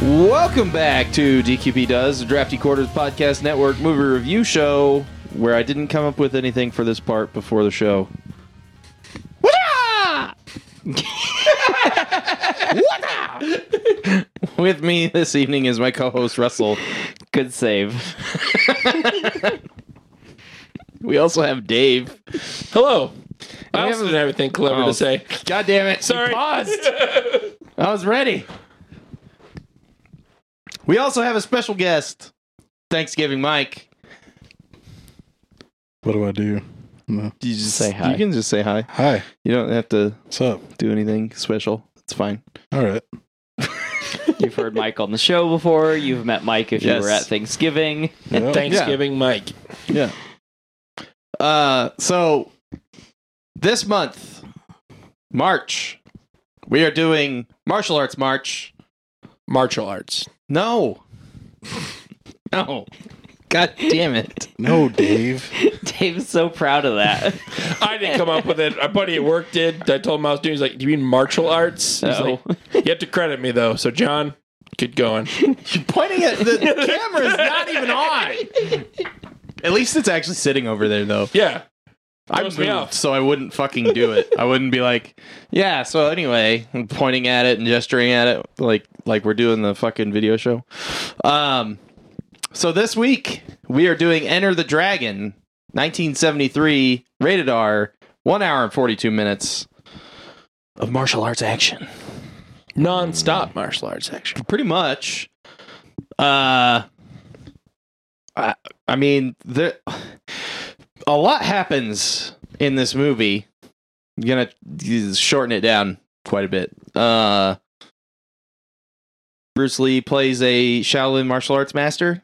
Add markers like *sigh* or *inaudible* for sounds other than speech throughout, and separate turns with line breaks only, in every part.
Welcome back to DQB Does, the Drafty Quarters Podcast Network movie review show, where I didn't come up with anything for this part before the show. Wada! Wada! *laughs* With me this evening is my co host Russell. Good save. *laughs* we also have Dave.
Hello. I
We
also
haven't-
didn't have anything clever
Oh.
to say.
God damn it.
Sorry.
Paused. I was ready. We also have a special guest, Thanksgiving Mike.
What do I do? No.
You just
say hi.
You can just say hi.
Hi,
You don't have to
what's up?
do anything special. It's fine.
All right.
You've heard Mike on the show before. You've met Mike if
Yes.
you were at Thanksgiving.
Yep.
Thanksgiving Mike.
Yeah. Uh, so this month, March, we are doing martial arts March.
Martial arts.
No. *laughs* No. God damn it.
no, Dave. *laughs*
Dave's so proud of that.
I didn't come up with it. A buddy at work did. I told him I was doing. He's like, "Do you mean martial arts?" He's
Oh.
like, you have to credit me though. So John, get going.
You're pointing at *laughs* the camera's not even on. At least it's actually sitting over there though.
Yeah.
I
Throws
moved,
me off.
so I wouldn't fucking do it. I wouldn't be like, yeah. So anyway, I'm pointing at it and gesturing at it, like like we're doing the fucking video show. Um, so this week we are doing Enter the Dragon, 1973, rated R, one hour and 42 minutes of martial arts action,
Non-stop martial arts action.
pretty much. Uh, I I mean there, a lot happens in this movie. I'm gonna shorten it down quite a bit. Uh, Bruce Lee plays a Shaolin martial arts master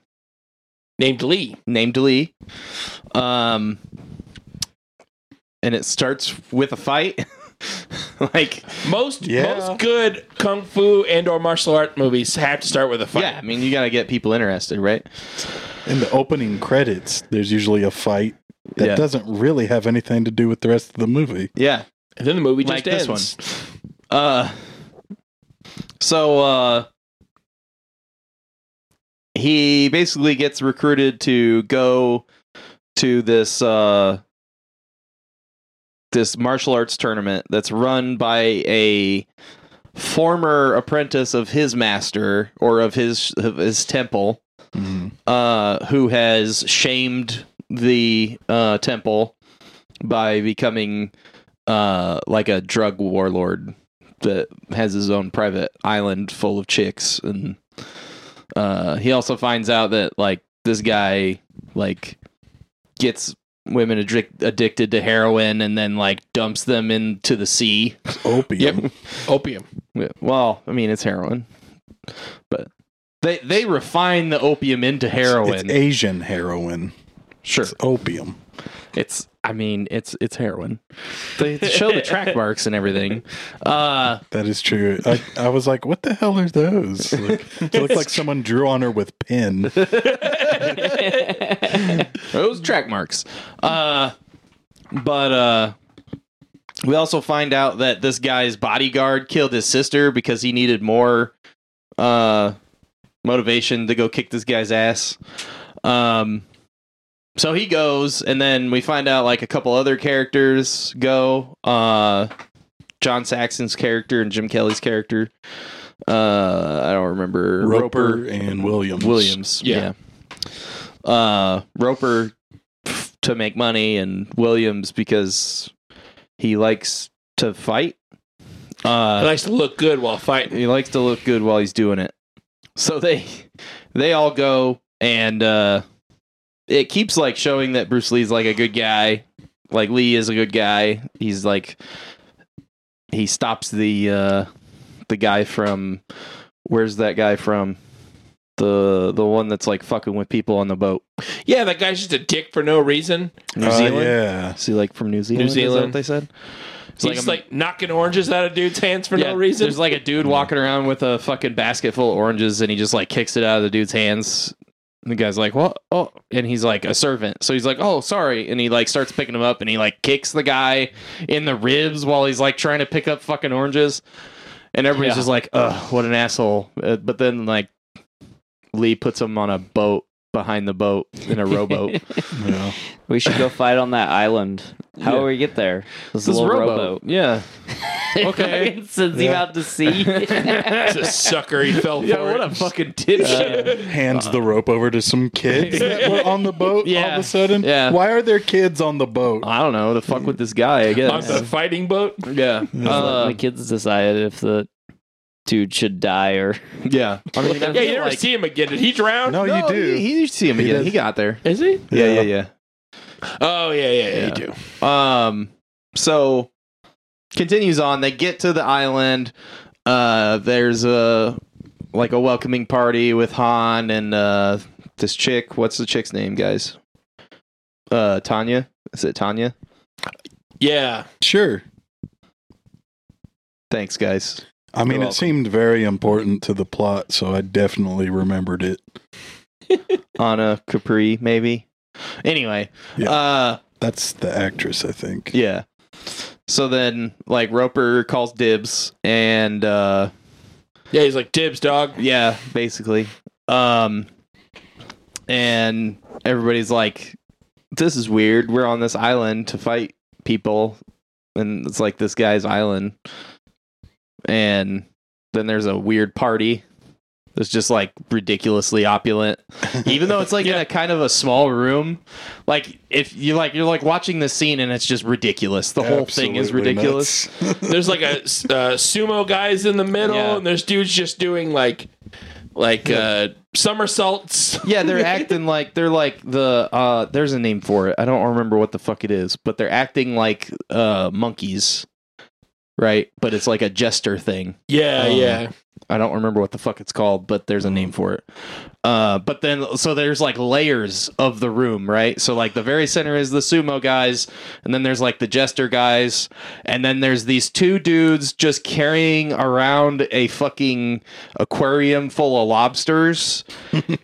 Named Lee.
named Lee. Um, and it starts with a fight. *laughs* like,
Most
Yeah.
most good kung fu and or martial art movies have to start with a fight.
yeah, I mean, you gotta get people interested, right?
In the opening credits, there's usually a fight that
Yeah.
doesn't really have anything to do with the rest of the movie.
Yeah.
And then the movie
Like
just ends.
this Uh so uh he basically gets recruited to go to this uh this martial arts tournament that's run by a former apprentice of his master or of his of his temple uh, who has shamed the uh, temple by becoming uh, like a drug warlord that has his own private island full of chicks, and uh, he also finds out that like this guy like gets women addic- addicted to heroin and then like dumps them into the sea. *laughs*
It's opium.
Yep. Opium.
Yeah, Well, I mean it's heroin, but. They, they refine the opium into heroin.
It's Asian heroin.
sure.
It's opium.
It's I mean, it's it's heroin.
*laughs*
They show the track marks and everything. Uh
That is true. I, I was like, what the hell are those? Like, it looked like someone drew on her with pen.
those track marks. Uh but uh we also find out that this guy's bodyguard killed his sister because he needed more uh motivation to go kick this guy's ass. Um so he goes and then we find out like a couple other characters go uh John Saxon's character and Jim Kelly's character. Uh I don't remember
Roper and Williams.
Williams. Yeah.
Yeah.
Uh, Roper f- to make money and Williams because he likes to fight.
It
Uh,
likes to look good while fighting.
he likes to look good while he's doing it. So they they all go and uh, it keeps like showing that Bruce Lee's like a good guy. Like Lee is a good guy. He's like he stops the uh, the guy from where's that guy from? The the one that's like fucking with people on the boat.
Yeah, that guy's just a dick for no reason.
New
Uh,
Zealand.
yeah.
See, like from New Zealand. is that
Zealand.
what they said. It's
He's just
a-
like knocking oranges out of dude's hands for
Yeah,
no reason.
There's like a dude walking around with a fucking basket full of oranges, and he just like kicks it out of the dude's hands. And the guy's like, "What?" Oh, and he's like a servant, so he's like, "Oh, sorry," and he like starts picking him up, and he like kicks the guy in the ribs while he's like trying to pick up fucking oranges, and everybody's
Yeah.
just like, "Ugh, what an asshole!" Uh, but then like Lee puts him on a boat behind the boat in a
*laughs*
rowboat.
Yeah.
We should go fight on that island. How
Yeah.
do we get there?
This
little
rowboat.
rowboat.
Yeah.
Okay.
*laughs* Fucking Sends him
Yeah.
out to sea.
It's a sucker. He fell *laughs* for
Yeah, what
it.
a fucking dipshit.
Hands the rope over to some kids that were on the boat all
Yeah.
of a sudden.
Yeah.
Why are there kids on the boat?
I don't know. The fuck with this guy, I
*laughs* On
guess.
the fighting boat.
Yeah.
Uh,
Uh,
the kids decided if the dude should die or
yeah. I mean,
Yeah, you never
like-
see him again. Did he drown?
No, you do.
He, he- Oh, you see him
He
again.
does.
He got there.
Is he?
Yeah, yeah,
Yeah.
yeah.
Oh yeah, yeah, yeah.
Yeah.
You do.
Um, so continues on. They get to the island. Uh, there's a like a welcoming party with Han and uh this chick. What's the chick's name, guys? Uh, Tanya. Is it Tanya?
Yeah.
sure.
Thanks, guys.
I mean,
You're
it
welcome.
seemed very important to the plot, so I definitely remembered it.
Anna Capri, maybe. Anyway,
Yeah.
uh,
That's the actress, I think.
yeah. So then, like Roper calls dibs, and uh,
Yeah, he's like dibs, dog.
Yeah, basically. Um and everybody's like this is weird. We're on this island to fight people and it's like this guy's island. And then there's a weird party that's just like ridiculously
*laughs*
opulent. Even though it's like in a kind of a small room, like if you like you're like watching this scene and it's just ridiculous. The whole thing is
Absolutely
ridiculous.
nuts.
There's like a uh, sumo guys in the middle,
Yeah.
and there's dudes just doing like like uh, somersaults. *laughs*
Yeah, they're acting like they're like the uh there's a name for it. I don't remember what the fuck it is, but they're acting like uh monkeys. Right? But it's like a jester thing.
Yeah,
Um,
yeah.
I don't remember what the fuck it's called, but there's a name for it. Uh but then so there's like layers of the room, right? So like the very center is the sumo guys, and then there's like the jester guys, and then there's these two dudes just carrying around a fucking aquarium full of lobsters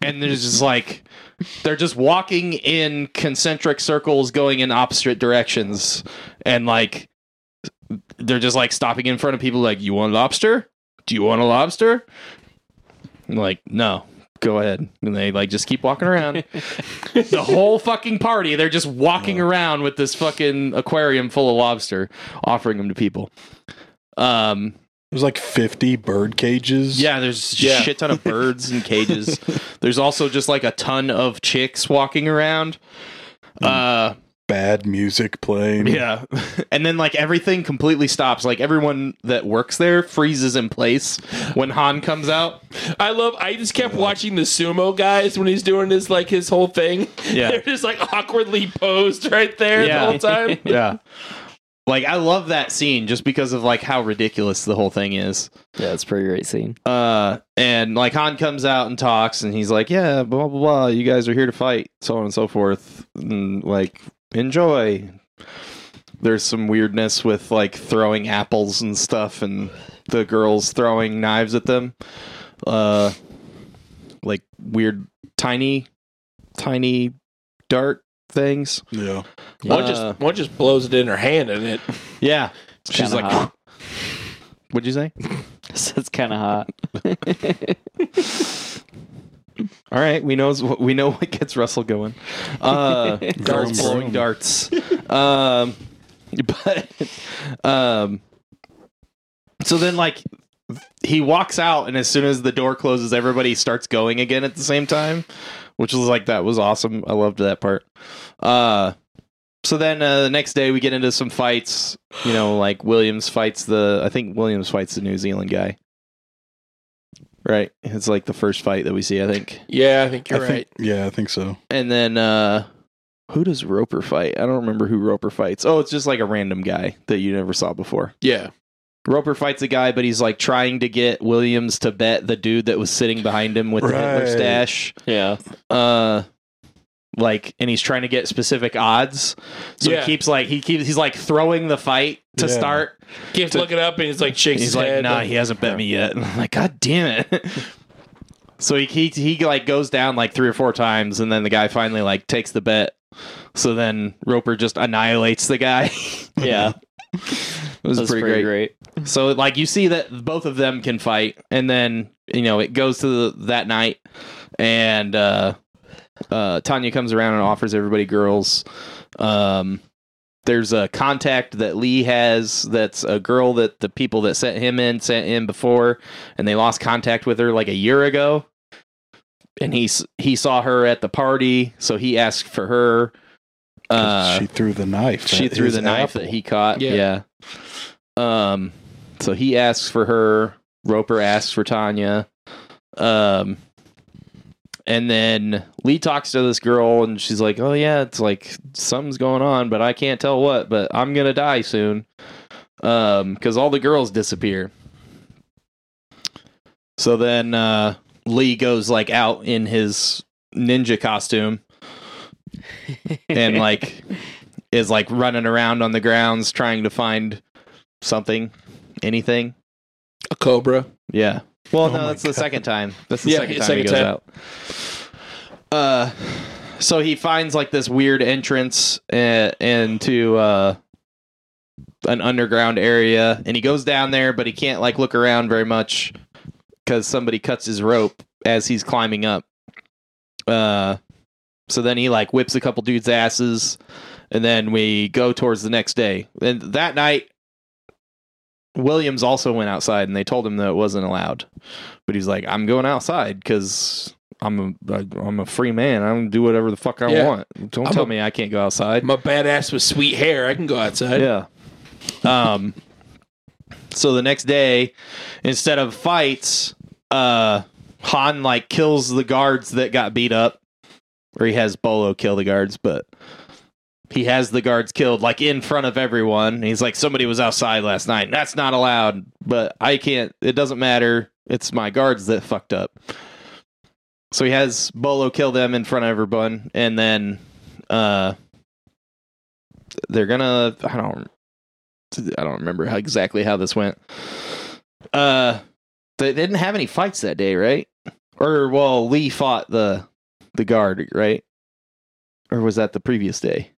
and there's just like they're just walking in concentric circles going in opposite directions and like they're just like stopping in front of people like you want lobster do you want a lobster I'm like no go ahead and they like just keep walking around the whole fucking party they're just walking around with this fucking aquarium full of lobster offering them to people um
There's like 50 bird cages.
yeah, there's just
Yeah.
a shit ton of birds and cages. there's also just like a ton of chicks walking around. Uh
Bad music playing.
yeah. *laughs* And then like everything completely stops. Like everyone that works there freezes in place when Han comes out.
I love. I just kept watching the sumo guys when he's doing his like his whole thing.
Yeah.
*laughs* they're just like awkwardly posed right there
Yeah.
the
*laughs*
whole time.
Yeah. Like I love that scene just because of like how ridiculous the whole thing is.
yeah, it's a pretty great scene. *laughs*
Uh, and like Han comes out and talks, and he's like, "Yeah, blah blah blah. You guys are here to fight, so on and so forth. And, like, enjoy." There's some weirdness with like throwing apples and stuff, and the girls throwing knives at them. Uh, like weird, tiny, tiny dart things.
Yeah.
One
Uh,
just one just blows it in her hand, and it
Yeah, she's
kinda
like,
hot.
"What'd you say?"
So it's kind of hot.
All right, we knows what we know what gets Russell going. Uh,
Vroom,
*laughs* darts blowing *laughs*
vroom.
darts. Um, but um, so then like he walks out, and as soon as the door closes, everybody starts going again at the same time, which was like that was awesome. I loved that part. Uh, so then uh, the next day we get into some fights. You know, like Williams fights the I think Williams fights the New Zealand guy. Right, it's like the first fight that we see. I think.
yeah, I think
I
you're
think-
right.
yeah, I think so.
And then uh who does Roper fight? I don't remember who Roper fights. Oh, it's just like a random guy that you never saw before.
yeah,
Roper fights a guy, but he's like trying to get Williams to bet the dude that was sitting behind him with the Hitler
Right.
stash.
Yeah.
Uh like and he's trying to get specific odds. So
Yeah.
he keeps like he keeps he's like throwing the fight to
Yeah.
start.
keeps looking up, and he's like
And
shakes
he's
his
like,
head.
nah, he hasn't bet me yet. *laughs* And I'm like, God damn it. *laughs* so he, he he like goes down like three or four times, and then the guy finally like takes the bet. So then Roper just annihilates the guy. *laughs* it
Yeah.
was
That's
pretty, great.
*laughs*
So like you see that both of them can fight, and then you know it goes to the, that night, and uh, uh, Tanya comes around and offers everybody girls. Um, there's a contact that Lee has that's a girl that the people that sent him in sent him before, and they lost contact with her like a year ago. And he s- he saw her at the party, so he asked for her. Uh,
she threw the knife.
she
at
threw
his
the knife
apple.
that he caught.
Yeah.
Yeah. Um. So he asks for her. Roper asks for Tanya. Um. And then Lee talks to this girl, and she's like, "Oh yeah, it's like something's going on, but I can't tell what. But I'm gonna die soon, um, because all the girls disappear." So then uh, Lee goes like out in his ninja costume,
*laughs*
and like is like running around on the grounds trying to find something, anything.
A cobra.
Yeah. Well,
Oh
no,
my
that's the second time. That's the
Yeah,
second time
second
he goes
time.
out. Uh, so he finds like this weird entrance uh, into uh, an underground area, and he goes down there, but he can't like look around very much because somebody cuts his rope as he's climbing up. Uh, so then he like whips a couple dudes' asses, and then we go towards the next day. And that night, Williams also went outside and they told him that it wasn't allowed. But he's like, I'm going outside because I'm a, I, I'm a free man. I'm gonna do whatever the fuck I
Yeah.
want. Don't
I'm
tell
a-
me I can't go outside.
I'm a badass with sweet hair. I can go outside.
Yeah. Um. So the next day, instead of fights, uh, Han like kills the guards that got beat up, or he has Bolo kill the guards, but he has the guards killed like in front of everyone. And He's like, somebody was outside last night. and That's not allowed, but I can't. It doesn't matter. It's my guards that fucked up. So he has Bolo kill them in front of everyone, and then uh, they're gonna i don't i don't remember how exactly how this went uh they didn't have any fights that day right or well lee fought the the guard right or was that the previous day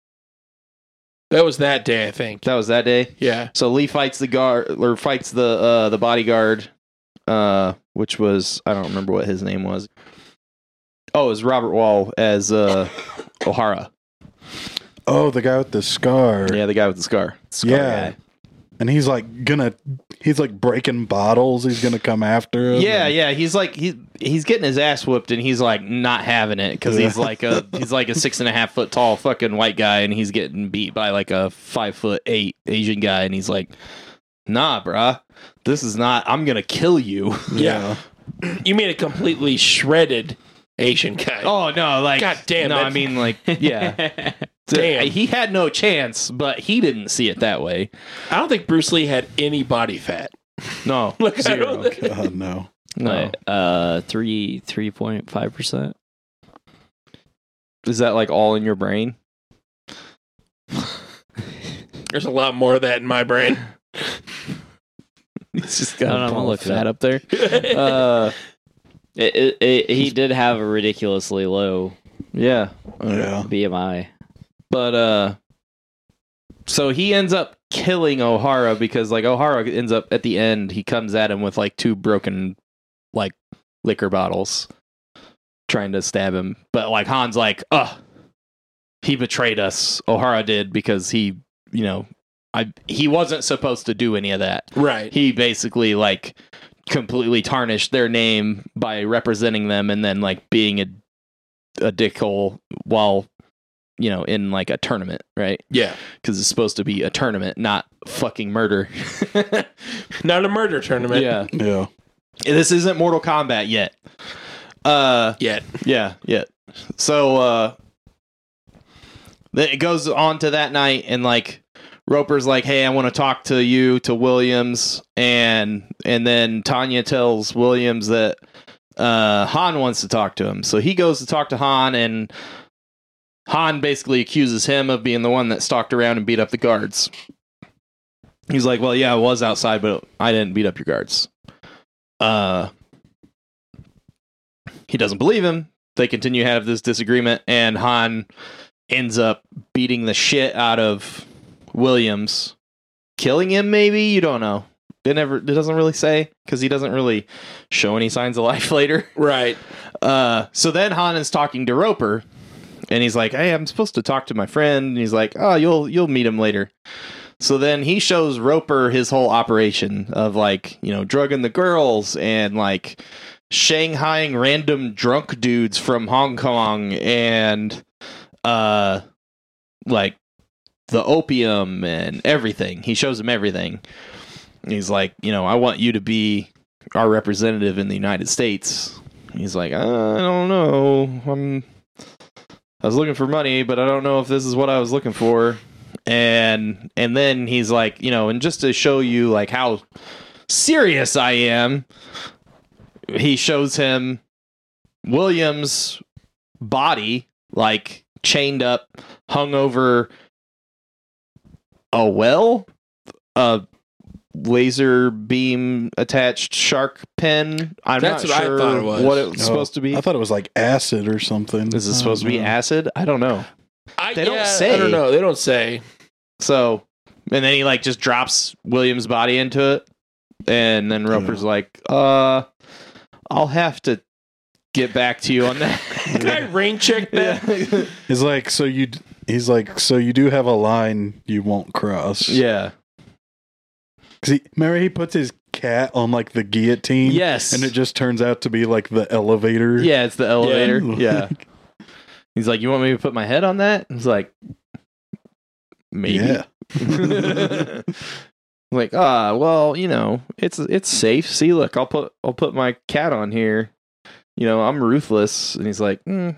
That was that day, I think.
that was that day
Yeah.
so Lee fights the guard or fights the uh the bodyguard uh which was I don't remember what his name was. Oh, it was Robert Wall as uh O'Hara.
Oh, the guy with the scar.
Yeah, the guy with the scar.
Yeah. And he's like gonna he's like breaking bottles. He's gonna come after him.
Yeah,
And-
yeah, he's like he he's getting his ass whooped and he's like not having it because he's like a he's like a six and a half foot tall fucking white guy and he's getting beat by like a five foot eight Asian guy and he's like, nah, bruh, this is not. I'm gonna kill you.
Yeah. *clears throat* You mean a completely shredded Asian guy.
*laughs* Oh no! Like
God damn
No,
it.
I mean *laughs* like yeah. So,
Damn.
He had no chance, but he didn't see it that way.
I don't think Bruce Lee had any body fat. *laughs*
*laughs* No,
Like, I
zero.
don't think-
Oh no.
No,
Like, uh, three three point five percent.
is that like all in your brain?
There's a lot more of that in
*laughs*
my brain. *laughs*
It's just
I don't know, I'm
got
gonna
all
look it
fat up there. Uh,
It, it, it, he did have a ridiculously low
yeah,
Yeah.
BMI.
but uh, so he ends up killing O'Hara because like O'Hara ends up at the end. He comes at him with like two broken like liquor bottles, trying to stab him. But like Han's like, ugh, he betrayed us. O'Hara did because he, you know, I he wasn't supposed to do any of that.
right.
he basically like completely tarnished their name by representing them and then like being a a dickhole while you know in like a tournament right
Yeah.
because it's supposed to be a tournament not fucking murder *laughs*
Not a murder tournament.
yeah
Yeah.
this isn't mortal kombat yet uh
Yet.
yeah, yeah. So uh then it goes on to that night and like Roper's like, "Hey, I want to talk to you to Williams." And and then Tanya tells Williams that uh Han wants to talk to him. So he goes to talk to Han and Han basically accuses him of being the one that stalked around and beat up the guards. He's like, "Well, yeah, I was outside, but I didn't beat up your guards." Uh he doesn't believe him. They continue to have this disagreement, and Han ends up beating the shit out of Williams, killing him. Maybe you don't know. It never. It doesn't really say because he doesn't really show any signs of life *laughs* later.
Right.
Uh, so then Han is talking to Roper, and he's like, "Hey, I'm supposed to talk to my friend." And he's like, "Oh, you'll you'll meet him later." So then he shows Roper his whole operation of like you know drugging the girls and like shanghaiing random drunk dudes from Hong Kong and uh like the opium and everything. He shows him everything. He's like, you know, I want you to be our representative in the United States. He's like, "Uh, I don't know. I'm I was looking for money, but I don't know if this is what I was looking for. And and then he's like, you know, and just to show you like how serious I am, he shows him William's body like chained up, hung over a well, a laser beam attached shark pen. I'm
That's
not
what I
sure
thought it was.
what it was
Oh,
supposed to be.
I thought it was like acid or something.
Is it
I
supposed to be
don't know.
acid? I don't know.
I,
They don't
yeah,
say.
I don't know. They
*laughs*
don't say.
So, and then he like just drops William's body into it, and then Roper's like, "Uh, I'll have to get back to you on
Can
*laughs*
that."
I rain check that?
*laughs* yeah.
He's like, so you. d- He's like, so you do have a line you won't cross.
yeah.
'Cause he- remember he puts his cat on like the guillotine.
Yes.
And it just turns out to be like the elevator. *laughs*
Yeah, it's the elevator.
Ooh.
Yeah. He's like, "You want me to put my head on that?" He's like, "Maybe."
Yeah.
*laughs*
*laughs*
like, ah, well, you know, it's it's safe. See, look, I'll put I'll put my cat on here. You know, I'm ruthless. And he's like, mm,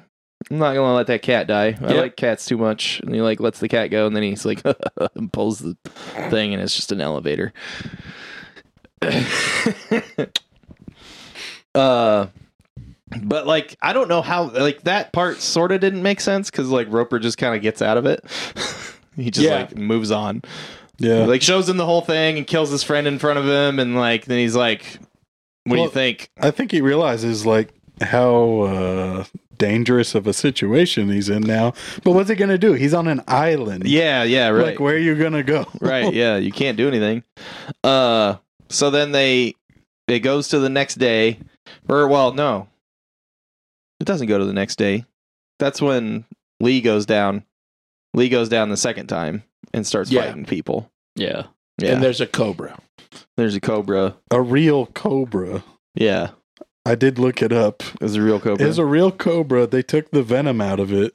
I'm not gonna let that cat die. I
Yeah.
like cats too much. And he like lets the cat go, and then he's like, *laughs* and pulls the thing, and it's just an elevator. *laughs* uh, but like, I don't know how like that part sort of didn't make sense because like Roper just kind of gets out of it. *laughs* he just
Yeah.
like moves on.
Yeah.
Like shows him the whole thing and kills his friend in front of him, and like then he's like, "What do
Well-
you think?"
I think he realizes like how uh, dangerous of a situation he's in now. But what's he gonna do? He's on an island.
Yeah, yeah, right,
Like where are you gonna go? *laughs*
right, yeah. You can't do anything. Uh, so then they it goes to the next day, or well, no, it doesn't go to the next day. That's when Lee goes down. Lee goes down the second time and starts
Yeah.
fighting people.
*laughs* Yeah.
Yeah,
And there's a cobra.
there's a cobra.
A real cobra.
Yeah,
I did look it up.
there's a real cobra.
It was a real cobra. They took the venom out of it,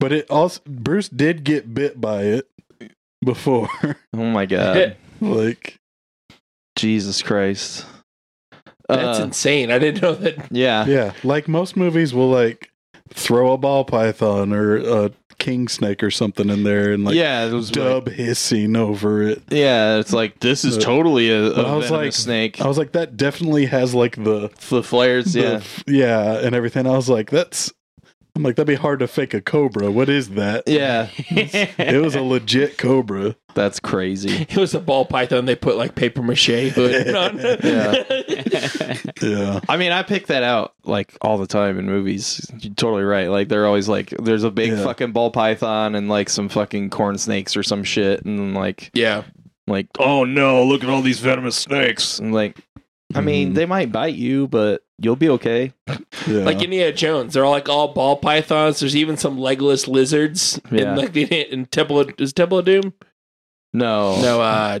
but it also Bruce did get bit by it before. *laughs*
oh my god,
like
Jesus Christ!
That's
Uh,
insane. I didn't know that. *laughs*
yeah.
yeah, like most movies will like throw a ball python or a king snake or something in there and like
yeah, it was like-
dub hissing over it.
yeah, it's like this is
Uh,
totally a,
but I
a
was
venomous
like-
snake.
I was like, that definitely has like the,
The flares,
the-
yeah,
yeah, and everything. I was like, that's. I'm like, that'd be hard to fake a cobra. What is that?
yeah,
*laughs* It was a legit cobra.
that's
*laughs*
crazy.
It was a ball python. They put like paper mache hood *laughs* on.
Yeah,
I mean, I pick that out like all the time in movies. You're totally right. Like they're always like, there's a big
Yeah.
fucking ball python and like some fucking corn snakes or some shit, and like,
yeah.
like, oh no, look at all these venomous snakes. And like, I mean,
Mhm.
they might bite you, but you'll be okay.
yeah.
Like Indiana Jones. They're all like all ball pythons. There's even some legless lizards
Yeah.
in like the in Temple of, is Temple of Doom?
No,
No, uh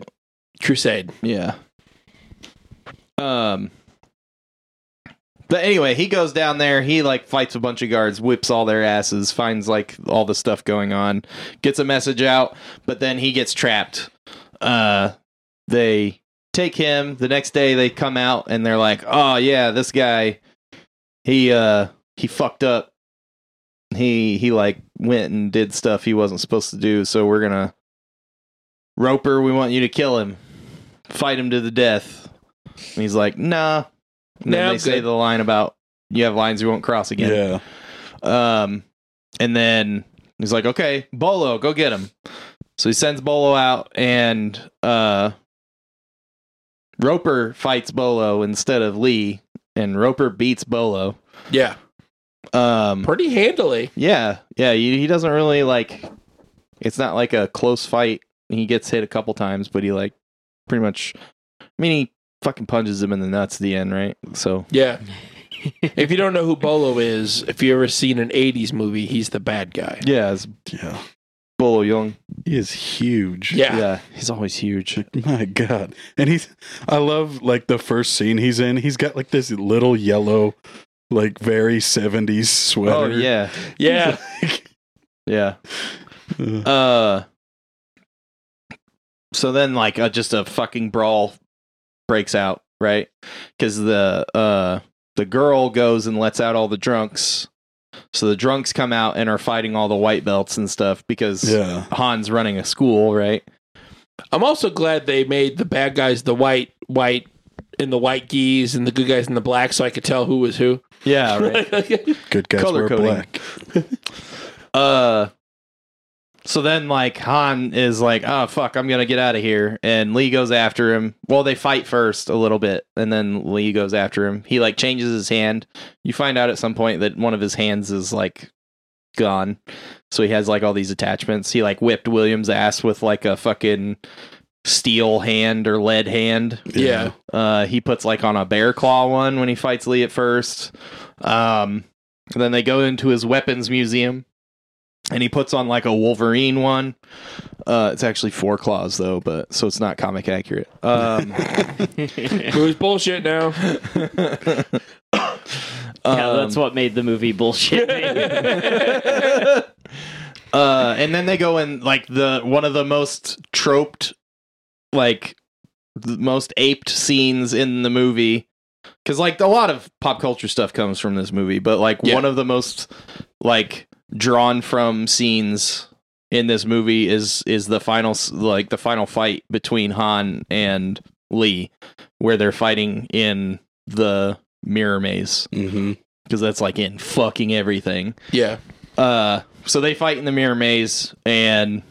Crusade.
Yeah. Um. But anyway, he goes down there. He like fights a bunch of guards, whips all their asses, finds like all the stuff going on, gets a message out. But then he gets trapped. Uh, they take him. The next day, they come out and they're like, "Oh yeah, this guy, he uh, he fucked up. He he like went and did stuff he wasn't supposed to do. So we're gonna Roper, we want you to kill him. Fight him to the death. And he's like, nah. And then
Nah,
they
I'm
say
good.
the line about you have lines you won't cross again.
yeah,
Um and then he's like, Okay, Bolo, go get him. So he sends Bolo out and uh Roper fights Bolo instead of Lee, and Roper beats Bolo.
Yeah.
Um
Pretty handily.
yeah, yeah. He, he doesn't really like. It's not like a close fight. He gets hit a couple times, but he like pretty much I mean, he fucking punches him in the nuts at the end, right? So *laughs*
Yeah. if you don't know who Bolo is, if you ever seen an '80s movie, he's the bad guy.
yeah, it's
Yeah.
Bolo Young.
He is huge.
Yeah.
Yeah. he's always huge.
My God. And he's, I love like the first scene he's in. He's got like this little yellow, like very 70s sweater.
Oh yeah,
Yeah.
yeah.
Ugh.
Uh, so then like uh, just a fucking brawl breaks out, right? Because the uh the girl goes and lets out all the drunks. So the drunks come out and are fighting all the white belts and stuff because
*laughs* yeah.
Han's running a school, right?
I'm also glad they made the bad guys the white, white, and the white geese, and the good guys in the black, so I could tell who was who.
Yeah, right.
*laughs*
Good guys
Color
wear
coding.
black.
Uh so then like Han is like, "Oh fuck, I'm going to get out of here." And Lee goes after him. Well, they fight first a little bit and then Lee goes after him. He like changes his hand. You find out at some point that one of his hands is like gone. So he has like all these attachments. He like whipped William's ass with like a fucking steel hand or lead hand.
Yeah.
Uh, he puts like on a bear claw one when he fights Lee at first. Um, and then they go into his weapons museum, and he puts on like a Wolverine one. Uh, it's actually four claws though, but so it's not comic accurate. Um,
Who's bullshit now?
*laughs* yeah,
um,
that's what made the movie *laughs* bullshit.
*laughs* Uh, and then they go in like the one of the most troped, like the most aped scenes in the movie. Cause like a lot of pop culture stuff comes from this movie, but like
Yeah.
one of the most like drawn from scenes in this movie is is the final s- like the final fight between Han and Lee, where they're fighting in the mirror maze
Mm-hmm.
because that's like in fucking everything.
*laughs* Yeah.
Uh, so they fight in the mirror maze, and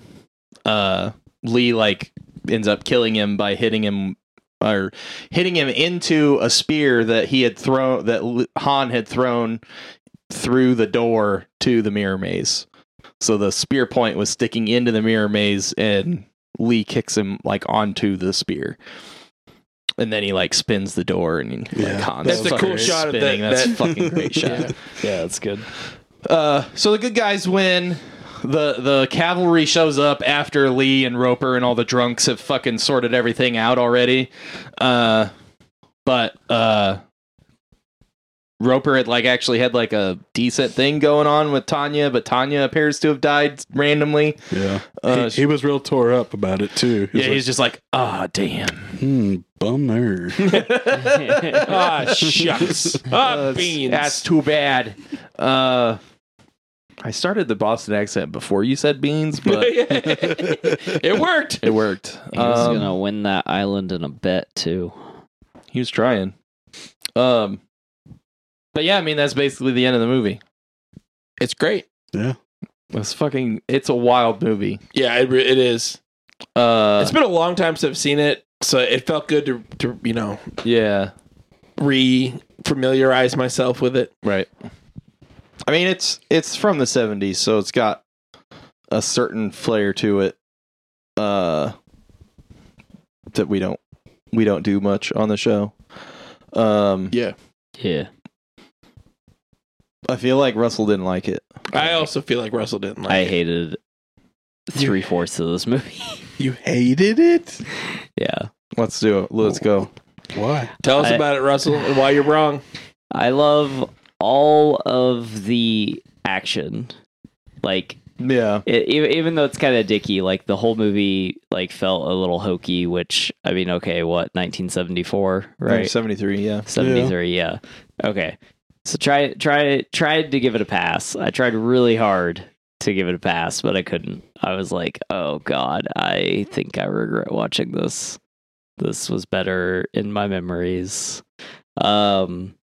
uh, Lee like ends up killing him by hitting him or hitting him into a spear that he had thrown that L- Han had thrown through the door to the mirror maze. So the spear point was sticking into the mirror maze, and Lee kicks him like onto the spear. And then he like spins the door and he, like,
Yeah.
Han's
That's a cool
fucking
shot of that-
spinning. That's
that-
fucking great shot.
*laughs* Yeah.
yeah, that's *laughs* good.
Uh, so the good guys win. The the cavalry shows up after Lee and Roper and all the drunks have fucking sorted everything out already. Uh, but uh, Roper had like actually had like a decent thing going on with Tanya, but Tanya appears to have died randomly.
Yeah.
Uh,
he, he was real tore up about it too.
yeah, he's just like, ah, damn.
like, hmm,
*laughs*
bummer. *laughs*
Ah, shucks. Ah, beans.
Uh, That's too bad. Uh, I started the Boston accent before you said beans, but
*laughs* *laughs* it worked.
it worked.
He was
Um,
gonna win that island in a bet too.
he was trying. Um, but yeah, I mean that's basically the end of the movie.
It's great.
yeah.
It's fucking. It's a wild movie.
Yeah, it, re- it is.
Uh,
it's been a long time since I've seen it, so it felt good to, to you know,
yeah,
re familiarize myself with it.
right. I mean it's it's from the '70s, so it's got a certain flair to it. Uh, that we don't we don't do much on the show. Um,
Yeah.
Yeah.
I feel like Russell didn't like it.
I also feel like Russell didn't like
I
it.
hated three fourths of this movie.
You hated it?
*laughs* yeah.
Let's do it. Let's go.
Why?
Tell us
I-
about it, Russell, and why you're wrong.
I love all of the action. Like
Yeah,
it, e- even though it's kind of dicky, like the whole movie like felt a little hokey. Which I mean, okay, what 1974, right?
'73. Yeah,
73, yeah. Okay. So try try tried to give it a pass. I tried really hard to give it a pass, but I couldn't. I was like, "Oh god, I think I regret watching this. This was better in my memories." Um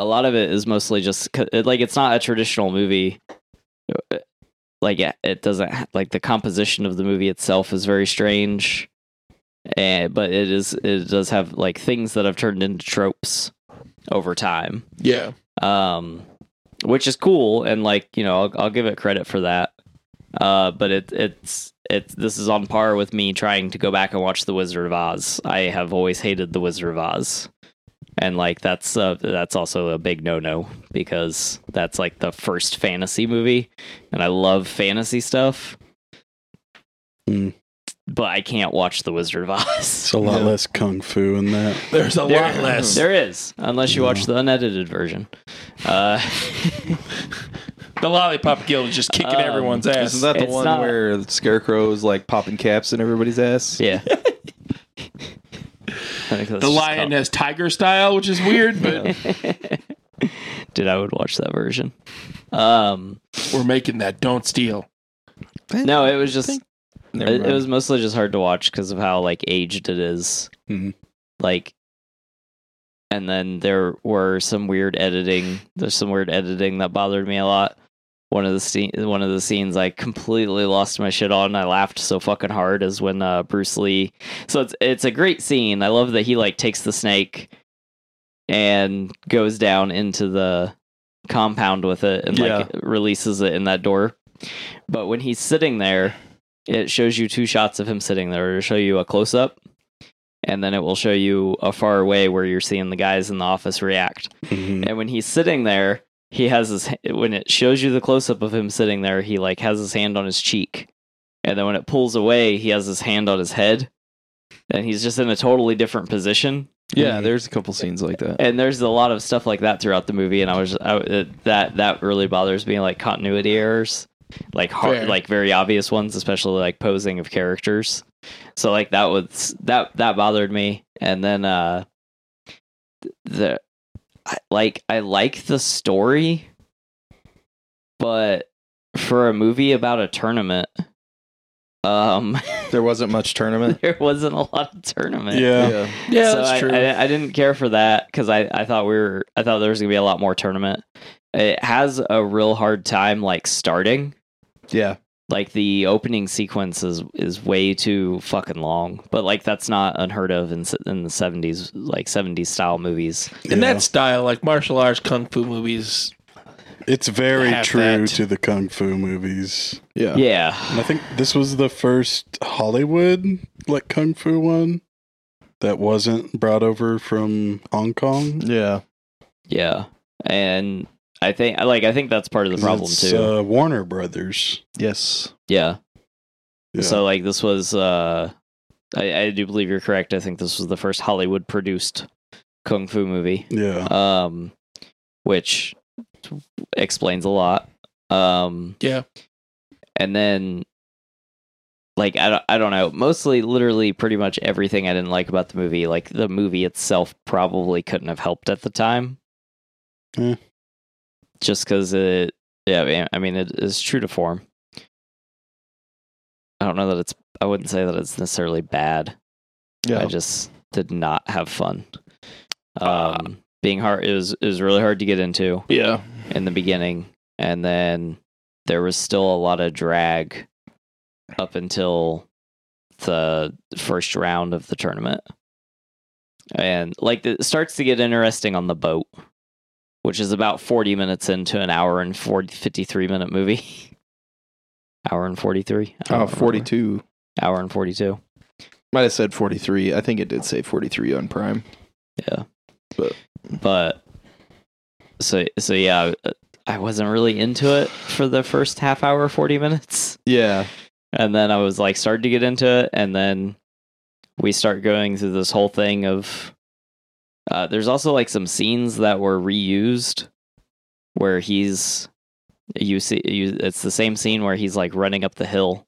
a lot of it is mostly just 'cause- it- like it's not a traditional movie. Like it- it doesn't ha- like the composition of the movie itself is very strange and Eh, but it is it does have like things that have turned into tropes over time
Yeah.
um which is cool and like you know I'll, I'll give it credit for that Uh, but it, it's it's this is on par with me trying to go back and watch The Wizard of Oz. I have always hated The Wizard of Oz, and like that's uh, that's also a big no no because that's like the first fantasy movie, and I love fantasy stuff.
Mm.
But I can't watch The Wizard of Oz.
It's a lot
Yeah.
less kung fu in that.
There's a
There-
lot less. Mm.
There is, unless you watch
Yeah.
the unedited version. Uh,
*laughs* the Lollipop Guild is just kicking
Um,
everyone's ass.
Isn't that the
It's
one
not-
where the scarecrow is like popping caps in everybody's ass? *laughs*
*laughs* yeah.
the lion has tiger style, which is weird, but
*laughs* Dude, I would watch that version. Um,
we're making that. Don't steal.
no, it was just
Never
it, it
mind.
was mostly just hard to watch because of how like aged it is.
Mm-hmm.
Mhm.
Like, and then there were some weird editing. There's some weird editing that bothered me a lot. One of the scene, one of the scenes I completely lost my shit on. I laughed so fucking hard is when uh, Bruce Lee. So it's it's a great scene. I love that he like takes the snake and goes down into the compound with it and like releases it in that door. But when he's sitting there, it shows you two shots of him sitting there. It'll show you a close up, and then it will show you a far away where you're seeing the guys in the office react.
Mhm.
And when he's sitting there, he has his when it shows you the close up of him sitting there, he like has his hand on his cheek, and then when it pulls away, he has his hand on his head, and he's just in a totally different position
yeah, there's a couple scenes like that.
and there's a lot of stuff like that throughout the movie and i was I, it- that that really bothers me like continuity errors like hard
Fair.
like very obvious ones especially like posing of characters so like that was that that bothered me and then uh the I, like i like the story but for a movie about a tournament um
*laughs*
*laughs*
There wasn't much tournament.
there wasn't a lot of tournament
Yeah.
Yeah,
so
that's
I,
true.
I, I didn't care for that because I, I thought we were I thought there was gonna be a lot more tournament. It has a real hard time like starting.
Yeah.
Like the opening sequence is, is way too fucking long. But like that's not unheard of in s- in the seventies like seventies style movies.
in
Yeah.
that style, like martial arts, kung fu movies.
it's very
Have
true
that.
to the kung fu movies.
Yeah.
Yeah.
And I think this was the first Hollywood like kung fu one that wasn't brought over from Hong Kong.
Yeah.
Yeah. And I think like I think that's part of the problem
It's,
too.
Uh, Warner Brothers.
Yes.
yeah.
Yeah.
So like this was uh I, I do believe you're correct. I think this was the first Hollywood produced kung fu movie.
uh,
yeah.
um, which explains a lot. Um,
Yeah.
and then like I don't, I don't know. Mostly, literally, pretty much everything I didn't like about the movie. Like the movie itself probably couldn't have helped at the time.
Yeah.
Just because it, yeah, I mean- I mean, it is true to form. I don't know that it's. I wouldn't say that it's necessarily bad. I just did not have fun. Um, being hard, it was it was really hard to get into
yeah.
in the beginning, and then there was still a lot of drag up until the first round of the tournament, and like it starts to get interesting on the boat, which is about forty minutes into an hour and 40, 53 minute movie. *laughs* Hour and 43? I don't
Oh,
remember.
42.
Hour and 42.
Might have said 43. I think it did say 43 on Prime.
Yeah.
But-
But- so so yeah, I wasn't really into it for the first half hour, 40 minutes.
Yeah.
And then I was like started to get into it and then we start going through this whole thing of uh, there's also like some scenes that were reused where he's you see you, it's the same scene where he's like running up the hill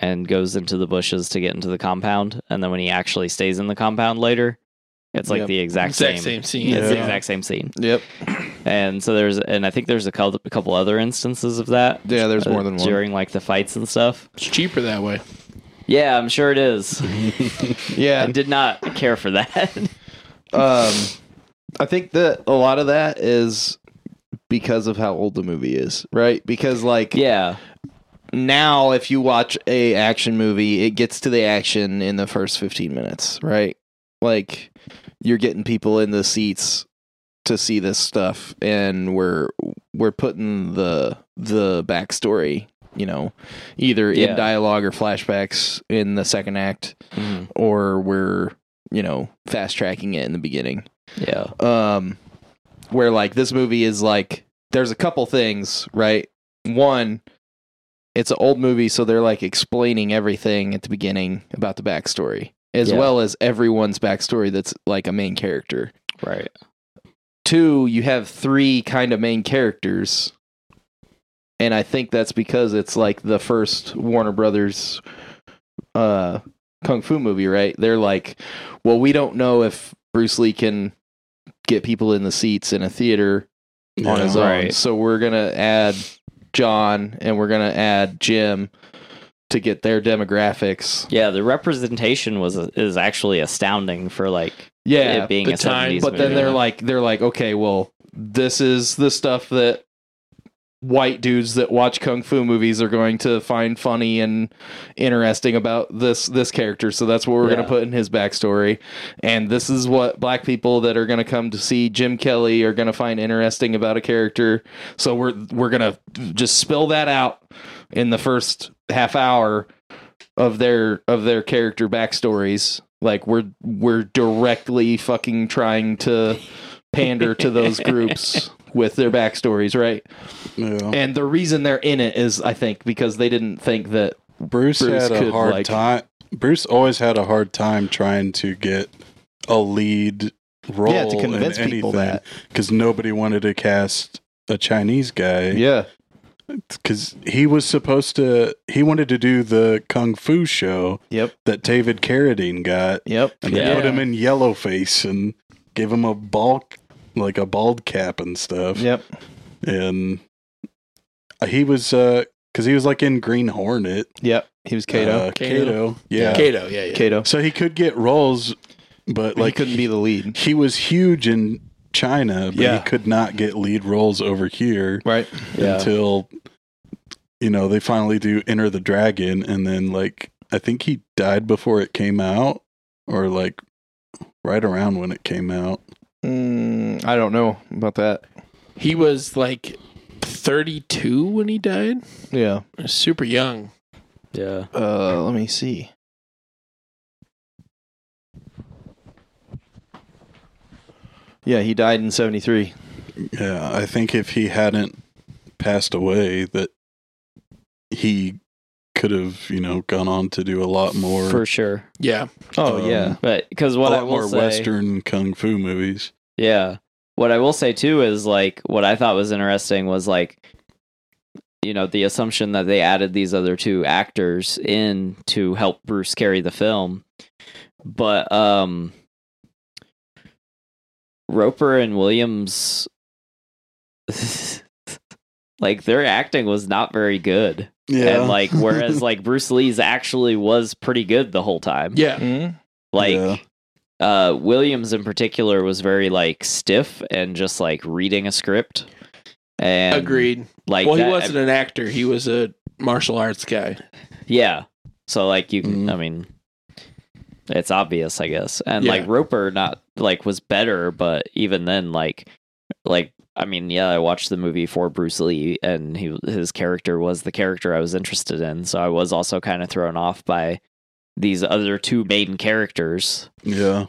and goes into the bushes to get into the compound and then when he actually stays in the compound later it's like
Yep.
the exact,
Exact
same
same scene.
it's the
Yeah.
exact same scene.
Yep.
And so there's, and I think there's a couple, a couple other instances of that.
Yeah, there's
uh,
more than one.
During like the fights and stuff.
It's cheaper that way.
Yeah, I'm sure it is. I
Yeah.
did not care for that.
Um, I think that a lot of that is because of how old the movie is, right? Because like
yeah.
now if you watch a action movie, it gets to the action in the first 15 minutes, right? Like you're getting people in the seats to see this stuff and we're we're putting the the backstory you know, either
Yeah.
in dialogue or flashbacks in the second act,
Mhm.
or we're you know fast tracking it in the beginning
Yeah.
um where like this movie is like there's a couple things right one it's an old movie so they're like explaining everything at the beginning about the backstory as
Yeah.
well as everyone's backstory that's like a main character
Right.
two you have three kind of main characters and i think that's because it's like the first warner brothers uh kung fu movie right they're like well we don't know if bruce lee can get people in the seats in a theater on his own
Right.
so we're gonna add john and we're gonna add jim to get their demographics
Yeah. The representation was is actually astounding for like
yeah
it being
the
a
time,
seventies.
but then
movie.
they're like they're like okay well this is the stuff that white dudes that watch kung fu movies are going to find funny and interesting about this this character so that's what we're going
Yeah.
to put in his backstory and this is what black people that are going to come to see Jim Kelly are going to find interesting about a character so we're we're going to just spill that out in the first half hour of their of their character backstories like we're we're directly fucking trying to pander to those groups with their backstories right
Yeah.
and the reason they're in it is, I think, because they didn't think that.
Bruce,
Bruce
had a
could,
hard
like-
time. Bruce always had a hard time trying to get a lead role
Yeah, to convince
in
people
anything
that.
because nobody wanted to cast a Chinese guy.
Yeah.
because he was supposed to. He wanted to do the kung fu show
Yep.
that David Carradine got,
Yep.
and they
Yeah.
put him in yellow face and gave him a bulk like a bald cap and stuff.
Yep.
and he was uh because he was like in Green Hornet.
Yep. He was Kato.
Uh,
Kato.
Kato. Yeah.
Kato, yeah, yeah.
Kato.
So he could get roles, but
Like
like
he couldn't be the lead.
he was huge in China, but
Yeah.
he could not get lead roles over here
Right.
Yeah.
until you know they finally do Enter the Dragon, and then like I think he died before it came out, or like right around when it came out.
Mm, I don't know about that.
He was like 32 when he died.
Yeah.
Super young.
yeah.
Uh, let me see. Yeah, he died in '73.
Yeah, I think if he hadn't passed away, that he could have, you know, gone on to do a lot more,
for sure.
Yeah.
Oh
Um,
yeah.
But because
a
what I
lot
will
more
say,
Western kung fu movies.
Yeah. What I will say too is like what I thought was interesting was like you know the assumption that they added these other two actors in to help Bruce carry the film. But um Roper and Williams *laughs* like their acting was not very good. And like
*laughs*
whereas like Bruce Lee's actually was pretty good the whole time.
Yeah.
Mm,
Like
Yeah.
uh Williams in particular was very like stiff and just like reading a script. And
Agreed.
Like
well, he
that-
wasn't an actor. He was a martial arts guy.
Yeah. So like you can
Mm-hmm.
Mhm.
I mean it's obvious, I guess. And
Yeah.
like Roper not like was better, but even then like like I mean, yeah, I watched the movie for Bruce Lee and he his character was the character I was interested in, so I was also kind of thrown off by these other two main characters.
yeah.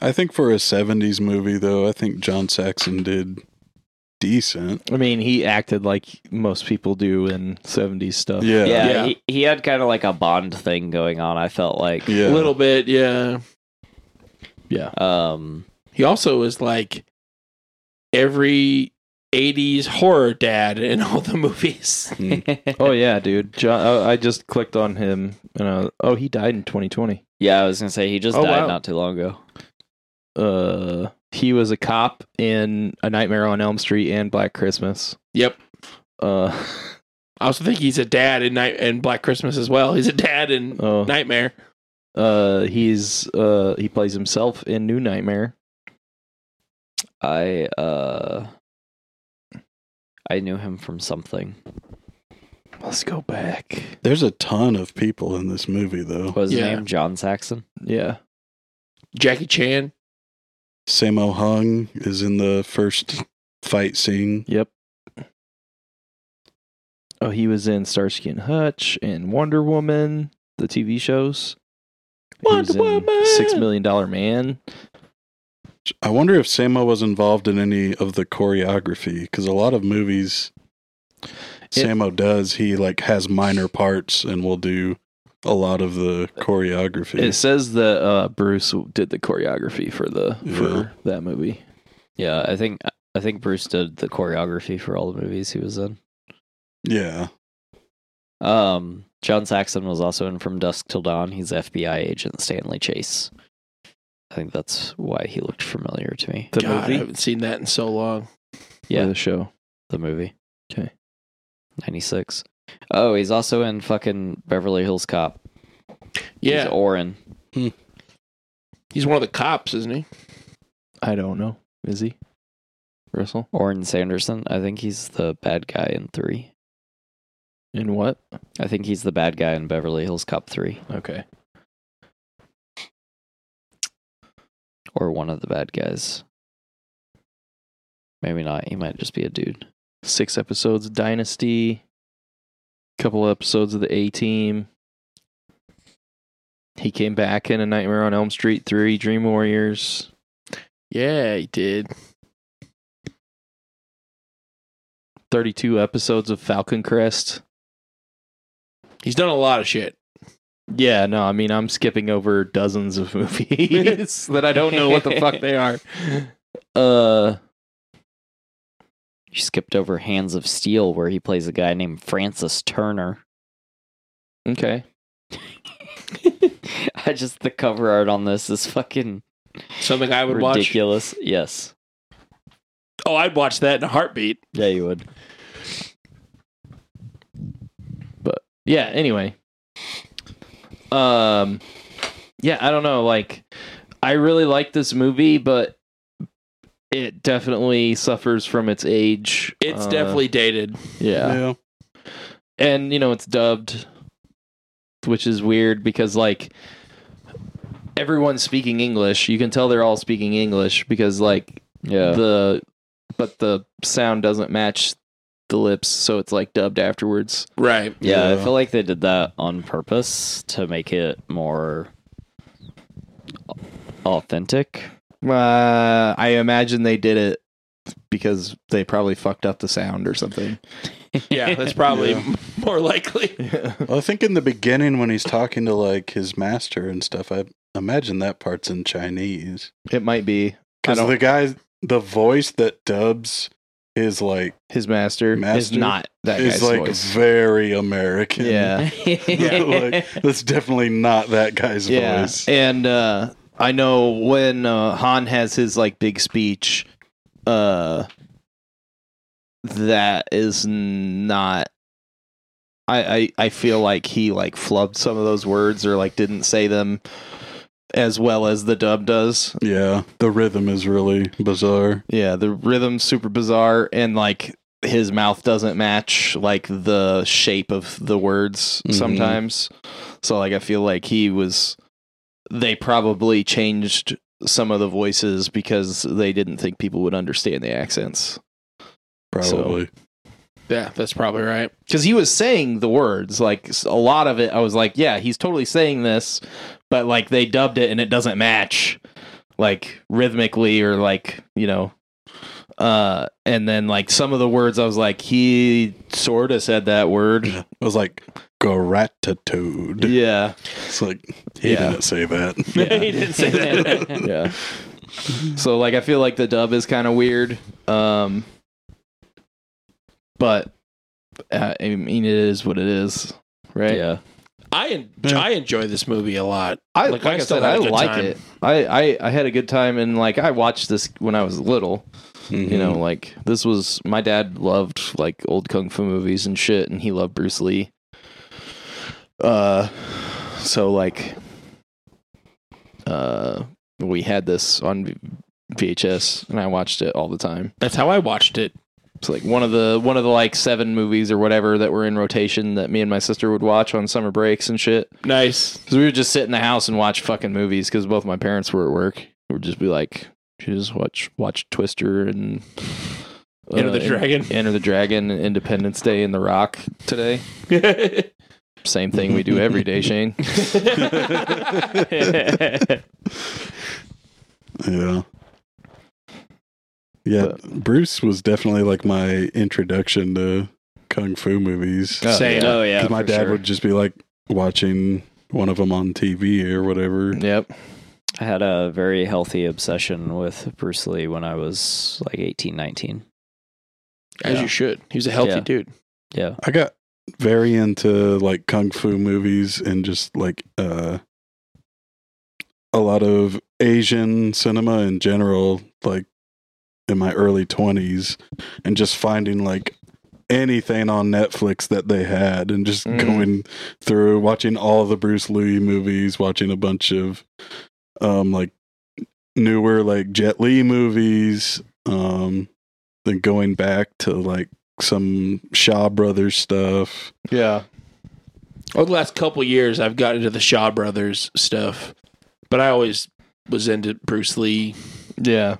I think for a '70s movie, though, I think John Saxon did decent.
I mean, he acted like most people do in '70s stuff.
Yeah,
yeah,
Yeah.
He, he had kind of like a bond thing going on i felt like
yeah.
A little bit, yeah. *laughs*
um
He also was like every 80s horror dad in all the *laughs* movies.
Mm.
Oh yeah, dude. John, uh, I just clicked on him, and uh, oh, he died in 2020.
yeah i was gonna say he just
Oh,
died
wow.
not too long ago
uh he was a cop in A Nightmare on Elm Street and Black Christmas.
Yep.
Uh *laughs*
I also think he's a dad in night and Black Christmas as well. He's a dad in
Uh-huh.
oh
Nightmare.
uh he's uh he plays himself in New Nightmare.
i uh i knew him from something
Let's go back.
There's a ton of people in this movie, though.
what was his
Yeah.
name john saxon
Yeah.
Jackie Chan.
Sammo Hung is in the first fight scene.
Yep. Oh, he was in Starsky and Hutch and Wonder Woman, the TV shows. He was
Wonder
in
Woman!
Six Million Dollar Man.
I wonder if Samo was involved in any of the choreography because a lot of movies
It-
Samo does, he like has minor parts and will do a lot of the choreography.
It says that uh, Bruce did the choreography for the
Yeah.
for that movie.
Yeah, I think I think Bruce did the choreography for all the movies he was in.
yeah.
Um, John Saxon was also in From Dusk Till Dawn. He's FBI agent Stanley Chase. I think that's why he looked familiar to me.
The
God, I
movie,
haven't seen that in so long.
yeah,
Yeah.
the show.
The movie.
Okay.
96. Oh, he's also in fucking Beverly Hills Cop.
Yeah,
He's
he's,
Oren.
one of the cops, isn't he?
I don't know. Is he Russell
Oren Sanderson. I think he's the bad guy in 3.
in what?
I think he's the bad guy in Beverly Hills Cop 3
Okay,
or one of the bad guys. Maybe not. He might just be a dude.
six episodes of Dynasty, couple episodes of the A Team. He came back in A Nightmare on Elm Street three, Dream Warriors.
Yeah, he did.
Thirty-two episodes of Falcon Crest.
He's done a lot of shit.
Yeah, no, I mean I'm skipping over dozens of *laughs*
*laughs*
movies that I don't know what the fuck they are. Uh,
You skipped over Hands of Steel, where he plays a guy named Francis Turner. *laughs*
okay.
I just the cover art on this is fucking
Something I would watch.
ridiculous. Yes.
Oh, I'd watch that in a heartbeat.
Yeah, you would.
yeah anyway um yeah i don't know like i really like this movie but it definitely suffers from its age
It's
Uh,
definitely dated.
yeah
Yeah.
and you know it's dubbed which is weird because like everyone's speaking english you can tell they're all speaking english because like
Yeah.
the but the sound doesn't match the lips so it's like dubbed afterwards
Right.
yeah, I
Yeah.
feel like they did that on purpose to make it more authentic.
Uh, I imagine they did it because they probably fucked up the sound or something.
Yeah, that's probably
Yeah.
*laughs* more likely.
Well, I think in the beginning when he's talking to like his master and stuff, I imagine that part's in Chinese
It might be
because
I don't-
the guy, the voice that dubs is like
his master, is
Master
not that
is
guy's
like
voice.
very American.
*laughs* Yeah,
Yeah, like *laughs* that's definitely not that guy's
yeah.
voice.
And uh, I know when uh, Han has his like big speech, uh, that is not. I, I I feel like he like flubbed some of those words or like didn't say them as well as the dub does.
Yeah, the rhythm is really bizarre.
Yeah, the rhythm's super bizarre, and like his mouth doesn't match like the shape of the words
Mhm.
sometimes. So like I feel like he was they probably changed some of the voices because they didn't think people would understand the accents.
Probably.
Yeah, that's probably right.
Cuz he was saying the words like s- a lot of it I was like, yeah, he's totally saying this, but like they dubbed it and it doesn't match like rhythmically or like, you know, uh and then like some of the words I was like he sort of said that
*laughs*
word.
it was like gratitude.
yeah.
It's like he
Yeah.
didn't say that. *laughs*
he didn't say that.
yeah. So like I feel like the dub is kind of weird. Um but uh, I mean it is what it is, right?
*laughs* Yeah.
*laughs*
*laughs*
I en-
Yeah.
I enjoy this movie a lot.
I like,
Like, like I
I,
said,
said,
I
I
had a good
like
time.
it. I, I I had a good time and like I watched this when I was little. You
Mm-hmm.
know, like this was my dad loved like old kung fu movies and shit, and he loved Bruce Lee. Uh, so like, uh, we had this on V- VHS, and I watched it all the time.
That's how I watched it.
It's like one of the one of the like seven movies or whatever that were in rotation that me and my sister would watch on summer breaks and shit.
Nice. *laughs*
Because we would just sit in the house and watch fucking movies because both my parents were at work. We would just be like, "Should we just watch watch Twister and
Enter the
uh, *laughs*
Dragon.
Enter the Dragon, Independence Day, and The Rock today. Same thing we do every day, Shane.
Yeah. Yeah, Bruce was definitely like my introduction to kung fu movies.
Oh,
*laughs* Same.
oh yeah,
'Cause my
for
dad
sure.
would just be like watching one of them on TV or whatever.
Yep.
I had a very healthy obsession with Bruce Lee when I was like 18, 19.
As you should. He was a healthy
Yeah.
dude.
*laughs*
Yeah.
I got very into like kung fu movies and just like uh a lot of Asian cinema in general, like in my early twenties, and just finding like anything on Netflix that they had and just
Mm.
going through watching all the Bruce Lee movies, watching a bunch of um like newer like Jet Li movies, um then going back to like some Shaw Brothers stuff.
Yeah.
Over the last couple years, I've gotten into the Shaw Brothers stuff, but I always was into Bruce Lee.
Yeah.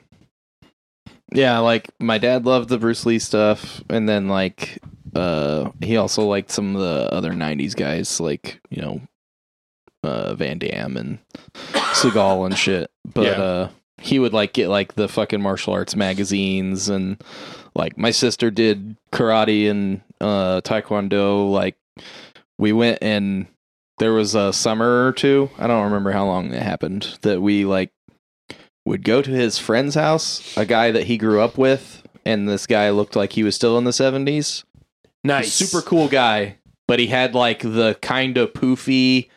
Yeah, like my dad loved the Bruce Lee stuff and then like uh he also liked some of the other 90s guys like, you know, uh Van Damme and Seagal and shit. But
Yeah.
uh he would like get like the fucking martial arts magazines and like my sister did karate and uh taekwondo like we went and there was a summer or two. I don't remember how long it happened that we like would go to his friend's house, a guy that he grew up with, and this guy looked like he was still in the 70s.
Nice.
Super cool guy, but he had like the kind of poofy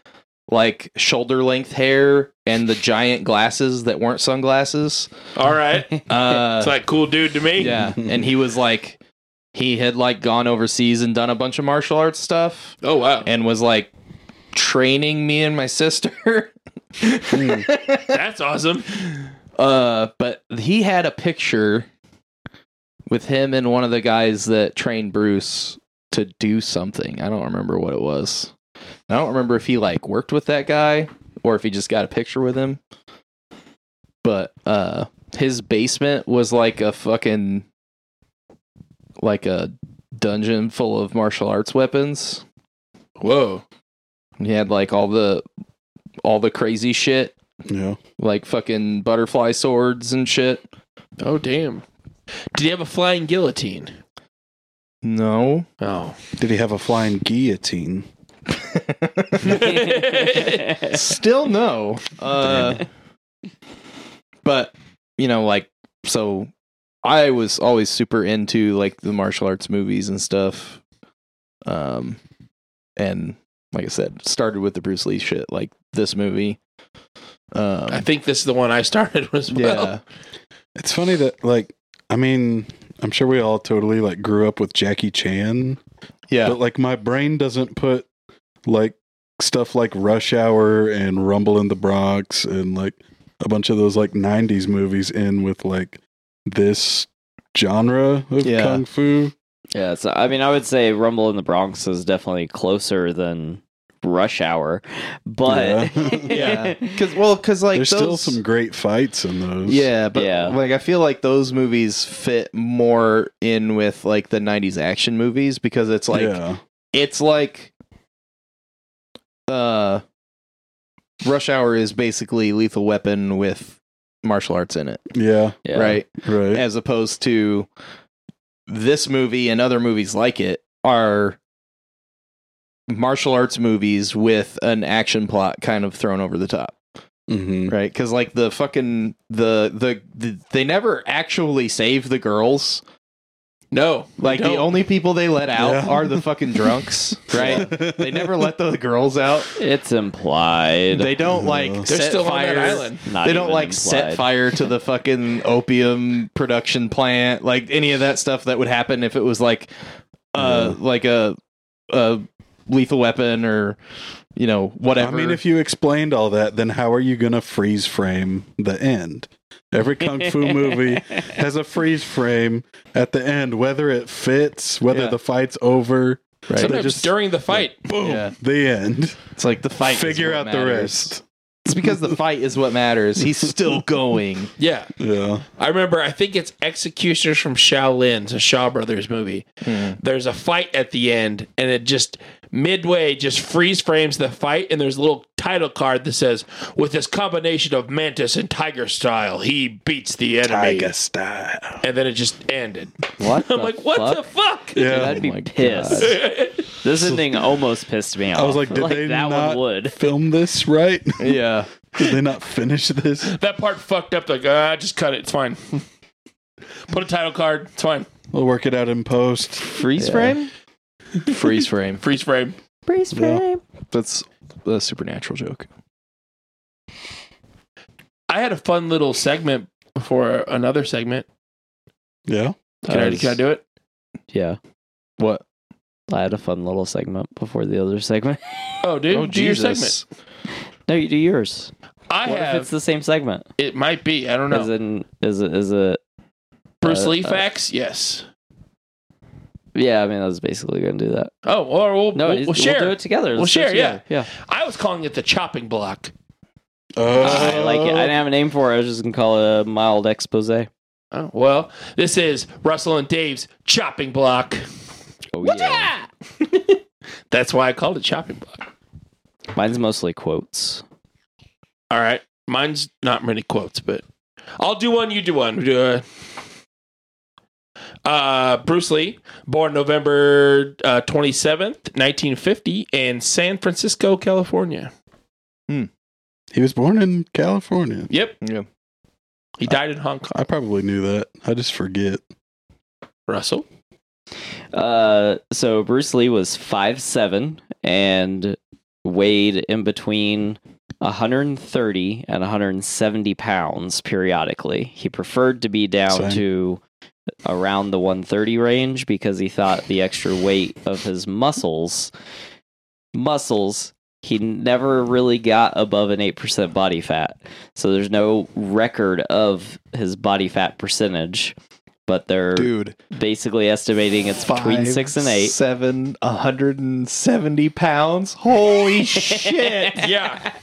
like shoulder length hair and the giant glasses that weren't sunglasses.
All right.
*laughs* Uh
It's like cool dude to me.
yeah, and he was like he had like gone overseas and done a bunch of martial arts stuff
Oh, wow.
and was like training me and my sister. *laughs*
That's awesome.
Uh, but he had a picture with him and one of the guys that trained Bruce to do something. I don't remember what it was. I don't remember if he like worked with that guy or if he just got a picture with him. But uh his basement was like a fucking like a dungeon full of martial arts weapons.
Whoa.
He had like all the all the crazy shit,
Yeah.
like fucking butterfly swords and shit.
Oh, damn. Did he have a flying guillotine?
No. *laughs*
Oh.
Did he have a flying guillotine?
Still no. Uh but you know like so I was always super into like the martial arts movies and stuff. Um and like I said, started with the Bruce Lee shit, like this movie. Um
*laughs* I think this is the one I started *laughs* as well.
yeah.
It's funny that like I mean, I'm sure we all totally like grew up with Jackie Chan,
Yeah.
but like my brain doesn't put like stuff like Rush Hour and Rumble in the Bronx and like a bunch of those like 90s movies in with like this genre of
Yeah.
kung fu.
yeah. So, I mean, I would say Rumble in the Bronx is definitely closer than Rush Hour, but. *laughs*
yeah. Cause well, cause like
There's still
those-
some great fights in those.
Yeah, but
Yeah.
like I feel like those movies fit more in with like the 90s action movies because it's like
yeah.
it's like uh Rush Hour is basically Lethal Weapon with martial arts in it,
Yeah.
Yeah.
right?
Right.
As opposed to this movie and other movies like it are martial arts movies with an action plot kind of thrown over the top
mm-hmm.
right because like the fucking the, the the they never actually save the girls
No.
like the
don't.
only people they let out
Yeah.
are the fucking drunks right they never let the girls out
It's implied.
they don't like
They're
They're
set
still
fire
on that island.
Not
they don't
even
like set
implied.
fire to the fucking opium production plant like any of that stuff that would happen if it was like uh like a a lethal weapon or you know
I
whatever
mean, if you explained all that, then how are you going to freeze frame the end? Every kung
*laughs*
fu movie has a freeze frame at the end, whether it fits, whether
Yeah.
the fight's over,
right?
Sometimes
just-
during the fight.
boom,
Yeah.
the end.
it's like the fight is
Figure
what
out the
matters.
rest.
It's because the fight is what matters. He's
*laughs*
still going.
Yeah.
Yeah.
I remember, I think it's Executioners from Shaolin, it's a Shaw Brothers movie. There's a fight at the end, and it just midway just freeze frames the fight, and there's a little title card that says, "With this combination of Mantis and Tiger style, he beats the enemy."
style.
And then it just ended. *laughs*
What?
I'm like, what the Oh fuck?
Yeah.
I'd be
my
*laughs*
pissed. This ending almost pissed me off.
I was like, did they
that
not
one would.
film this right? *laughs*
Yeah.
did they not finish this?
that part fucked up. Like, ah, just cut it. It's fine. *laughs* Put a title card. It's fine.
We'll work it out in post.
Freeze
frame? Freeze frame.
Freeze frame.
Freeze
Yeah.
frame.
That's a supernatural joke.
I had a fun little segment before another segment.
Yeah.
Can, I, can I do it?
Yeah.
What?
I had a fun little segment before the other segment. *laughs*
Oh, dude, do your segment.
no, you do yours.
I
what
have.
if it's the same segment?
it might be. I don't know.
Is it? Is it? Is it?
Bruce
uh,
Lee
uh,
facts? yes.
Yeah, I mean, I was basically going to do that.
Oh, or we'll,
No,
we'll,
it's-
we'll share.
do it together.
We'll
Let's do it
share, yeah.
together. yeah.
I was calling it the chopping block.
Uh,
I like it. I didn't have a name for it. I was just gonna call it a mild expose. Oh
Oh, well, this is Russell and Dave's chopping block.
Oh,
Yeah. *laughs* That's why I called it chopping block.
Mine's mostly quotes.
All right. Mine's not many quotes, but I'll do one. You do one. We do a- Uh, Bruce Lee, born November uh, 27th, 1950, in San Francisco, California.
He was born in California.
Yep.
Yeah.
He died in Hong Kong.
I probably knew that. I just forget.
Russell.
Uh, so Bruce Lee was five seven and weighed in between 130 and 170 pounds periodically. He preferred to be down
Same.
to around the 130 range because he thought the extra weight of his muscles muscles he never really got above an 8% body fat. So there's no record of his body fat percentage, but they're
Dude.
basically estimating it's between six and eight.
Seven, 170 pounds.
*laughs*
Holy shit.
Yeah.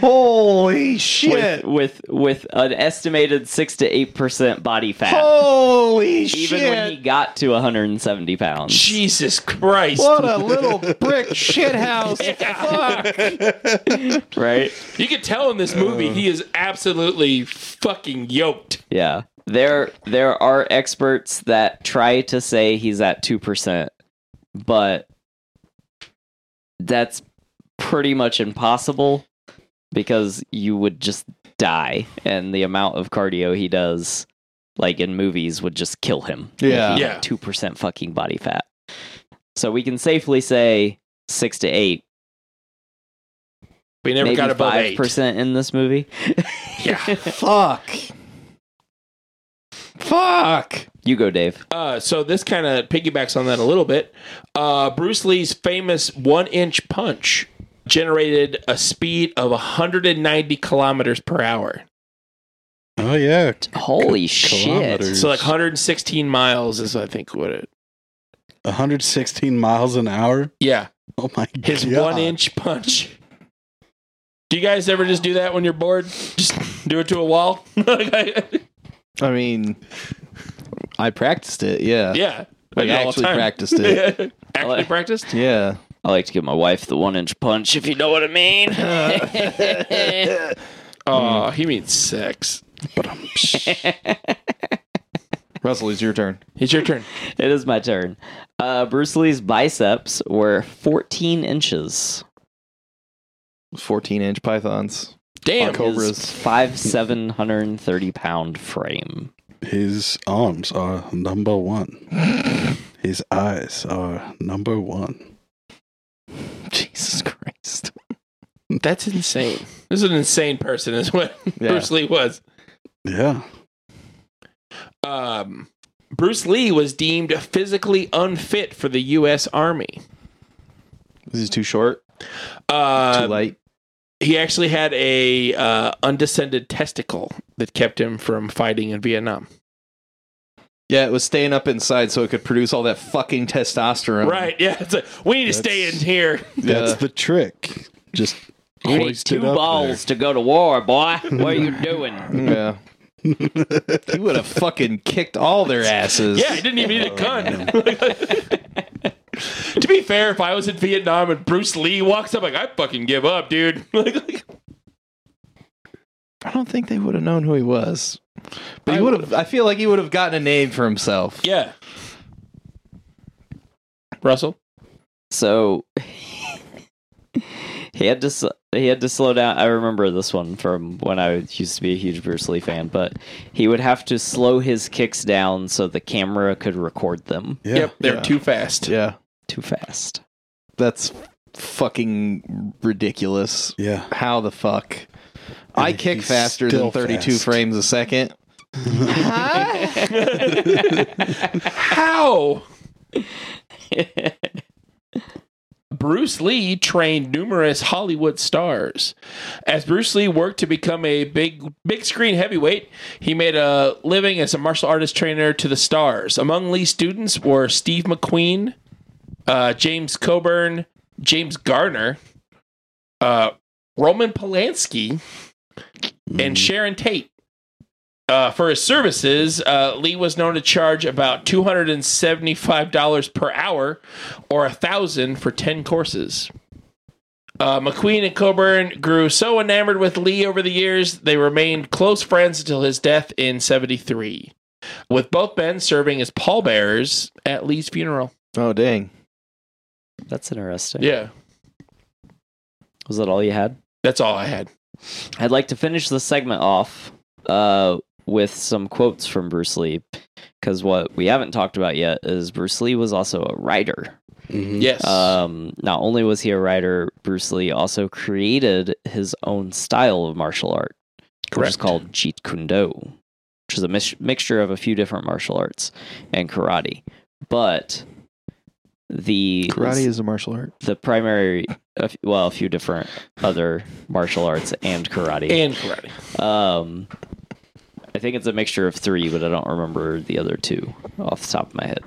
Holy
With,
shit.
with with an estimated six to eight percent body fat,
Holy
even
shit.
when he got to 170 pounds.
Jesus Christ.
what a little
*laughs*
brick shithouse.
Yeah.
Right?
you can tell in this movie he is absolutely fucking yoked.
Yeah. There there are experts that try to say he's at two percent, but that's pretty much impossible because you would just die and the amount of cardio he does like in movies would just kill him.
Yeah.
Yeah.
two percent fucking body fat. So we can safely say six to eight.
We never
maybe
got above
five
eight.
percent in this movie.
Yeah.
Fuck. Fuck.
You go, Dave.
Uh, so this kind of piggybacks on that a little bit. Uh, Bruce Lee's famous one-inch punch generated a speed of 190 kilometers per hour.
Oh yeah.
Holy
kilometers.
shit.
So like 116 miles is I think what it.
116 miles an hour.
Yeah,
Oh my
his
god.
one-inch punch. Do you guys ever just do that when you're bored? Just do it to a wall. *laughs*
I mean, I practiced it. Yeah.
yeah,
Like,
all
I
the
actually
time.
practiced it.
*laughs*
Mm-hmm.
Actually practiced.
yeah.
I like to give my wife the one inch punch, if you know what I mean.
Oh, he means sex.
Russell, it's your turn.
It's your turn.
it is my turn. Uh, Bruce Lee's biceps were 14 inches.
14 inch pythons.
Damn.
Fuck. Cobras.
His five seven hundred and thirty pound frame.
His arms are number one. His eyes are number one.
*laughs* Jesus Christ.
That's insane. This is an insane person, is what *laughs* Bruce Lee was.
Yeah.
Um, Bruce Lee was deemed physically unfit for the U.S. Army.
This is too short, too
Uh,
Um,
light.
he actually had a uh, undescended testicle that kept him from fighting in Vietnam.
Yeah, it was staying up inside so it could produce all that fucking testosterone.
Right? Yeah. It's like, we need to stay in
That's-
here.
Yeah.
That's the trick. Just
You need
Hoist it
two
up
balls to go to war, boy. What are you doing?
*laughs* Yeah. he would have fucking kicked all their asses.
Yeah, he didn't even need a gun. *laughs* to be fair, if I was in Vietnam and Bruce Lee walks up, like I fucking give up, dude. *laughs* Like, like,
I don't think they would have known who he was. But he would have. I feel like he would have gotten a name for himself.
yeah. Russell,
So *laughs* he had to s- he had to slow down. I remember this one from when I used to be a huge Bruce Lee fan, but he would have to slow his kicks down so the camera could record them
Yeah.
yep, they're
Yeah.
too fast.
Yeah.
too fast.
That's fucking ridiculous.
Yeah.
How the fuck? I kick
he's
faster than
still
32
fast.
frames a second.
How? Bruce Lee trained numerous Hollywood stars. As Bruce Lee worked to become a big big screen heavyweight, he made a living as a martial artist trainer to the stars. Among Lee's students were Steve McQueen, uh, James Coburn, James Garner, uh, Roman Polanski, and Sharon Tate. Uh, for his services, uh, Lee was known to charge about two hundred and seventy-five dollars per hour, or a thousand for ten courses. Uh, McQueen and Coburn grew so enamored with Lee over the years, they remained close friends until his death in '73, with both men serving as pallbearers at Lee's funeral.
Oh, dang.
That's interesting.
Yeah,
Was that all you had?
that's all I had.
I'd like to finish the segment off uh, with some quotes from Bruce Lee, because what we haven't talked about yet is Bruce Lee was also a writer.
Mhm.
Yes,
Um, not only was he a writer, Bruce Lee also created his own style of martial art, which is
correct.
called Jeet Kune Do, which is a mis- mixture of a few different martial arts and karate. But the
Karate is a martial art.
the primary, a f- well, a few different other martial arts and karate.
and karate.
Um, I think it's a mixture of three, but I don't remember the other two off the top of my head.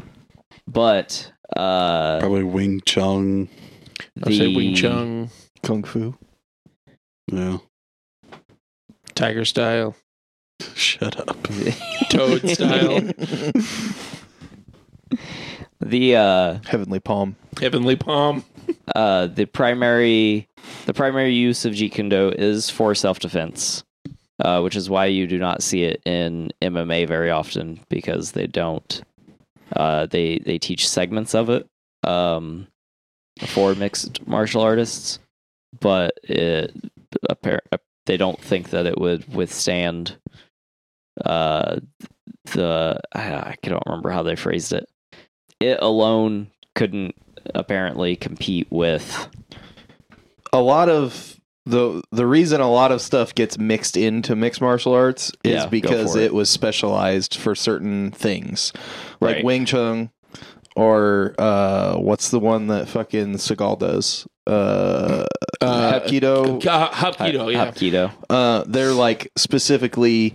But uh,
Probably Wing Chun.
I say Wing
the-
Chun,
Kung Fu.
Yeah.
Tiger style,
Shut up. Mm-hmm.
*laughs*
Toad style,
the uh,
Heavenly Palm.
Heavenly Palm.
uh, the primary the primary use of Jeet Kune Do is for self defense, uh, which is why you do not see it in MMA very often because they don't. Uh, they they teach segments of it um, for mixed martial artists, but it appar- uh, they don't think that it would withstand uh, the I I don't remember how they phrased it. It alone couldn't apparently compete with
A lot of the the reason a lot of stuff gets mixed into mixed martial arts
Yeah,
is
go
because
for
it.
it.
was specialized for certain things, like
Right.
Wing Chun, or uh, what's the one that fucking Seagal does? Uh,
Uh,
Hapkido.
Uh, Hapkido, yeah.
Hapkido.
uh, they're like specifically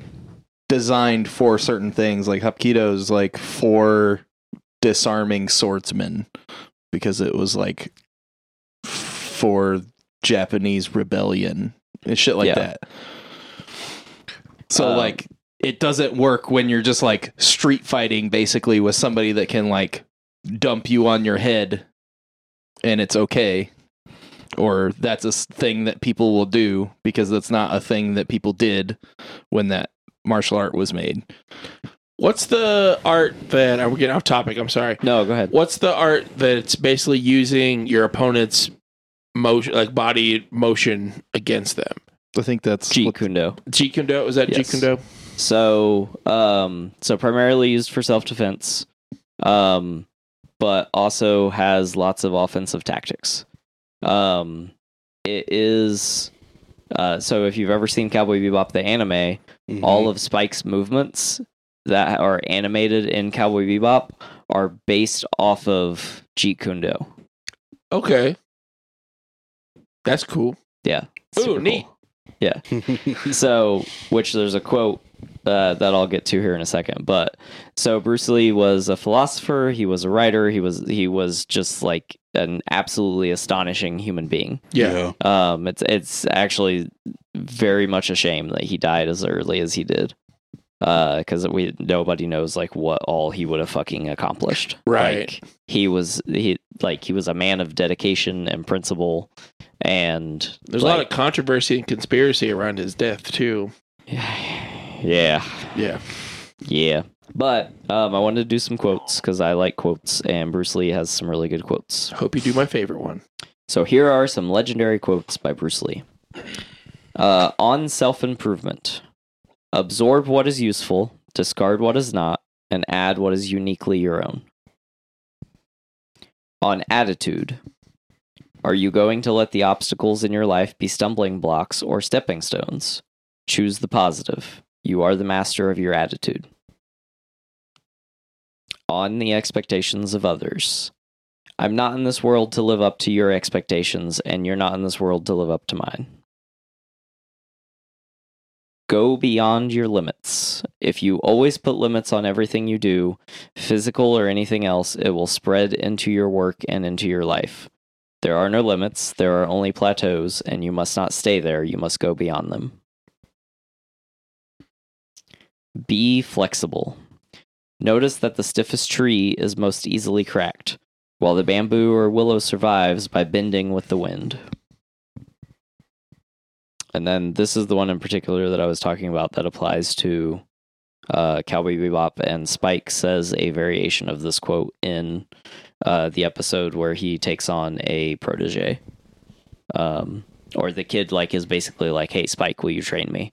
designed for certain things. Like Hapkido's like for disarming swordsmen because it was like for Japanese rebellion and shit like
Yeah.
that. So
Um,
like it doesn't work when you're just like street fighting basically with somebody that can like dump you on your head and it's okay or that's a s- thing that people will do because that's not a thing that people did when that martial art was made.
What's the art that I'm getting off topic? I'm sorry.
No, go ahead.
What's the art that's basically using your opponent's motion, like body motion against them?
I think that's
Jeet Kune Do.
Jeet Kune Do is that
Yes.
Jeet Kune Do?
So, um, so primarily used for self defense, um, but also has lots of offensive tactics. Um, it is uh, so if you've ever seen Cowboy Bebop the anime,
Mm-hmm.
all of Spike's movements that are animated in Cowboy Bebop are based off of Jeet Kune Do.
Okay, that's cool.
Yeah.
Ooh,
super cool.
neat.
so which there's a quote uh, that I'll get to here in a second. But so Bruce Lee was a philosopher. He was a writer. He was he was just like an absolutely astonishing human being. Um, it's it's actually very much a shame that he died as early as he did, because we nobody knows like what all he would have fucking accomplished.
Right.
Like, he was he like he was a man of dedication and principle, and
There's a lot of controversy and conspiracy around his death too.
yeah,
Yeah.
yeah. But um, I wanted to do some quotes because I like quotes, and Bruce Lee has some really good quotes.
Hope you do my favorite one.
So here are some legendary quotes by Bruce Lee. Uh, on self improvement, absorb what is useful, discard what is not, and add what is uniquely your own. On attitude, are you going to let the obstacles in your life be stumbling blocks or stepping stones? Choose the positive. You are the master of your attitude. On the expectations of others, I'm not in this world to live up to your expectations, and you're not in this world to live up to mine. Go beyond your limits. If you always put limits on everything you do, physical or anything else, it will spread into your work and into your life. There are no limits, there are only plateaus, and you must not stay there, you must go beyond them. Be flexible. Notice that the stiffest tree is most easily cracked while the bamboo or willow survives by bending with the wind. And then this is the one in particular that I was talking about that applies to uh, Cowboy Bebop, and Spike says a variation of this quote in uh, the episode where he takes on a protege. Um, or the kid like is basically like, "Hey, Spike, will you train me?"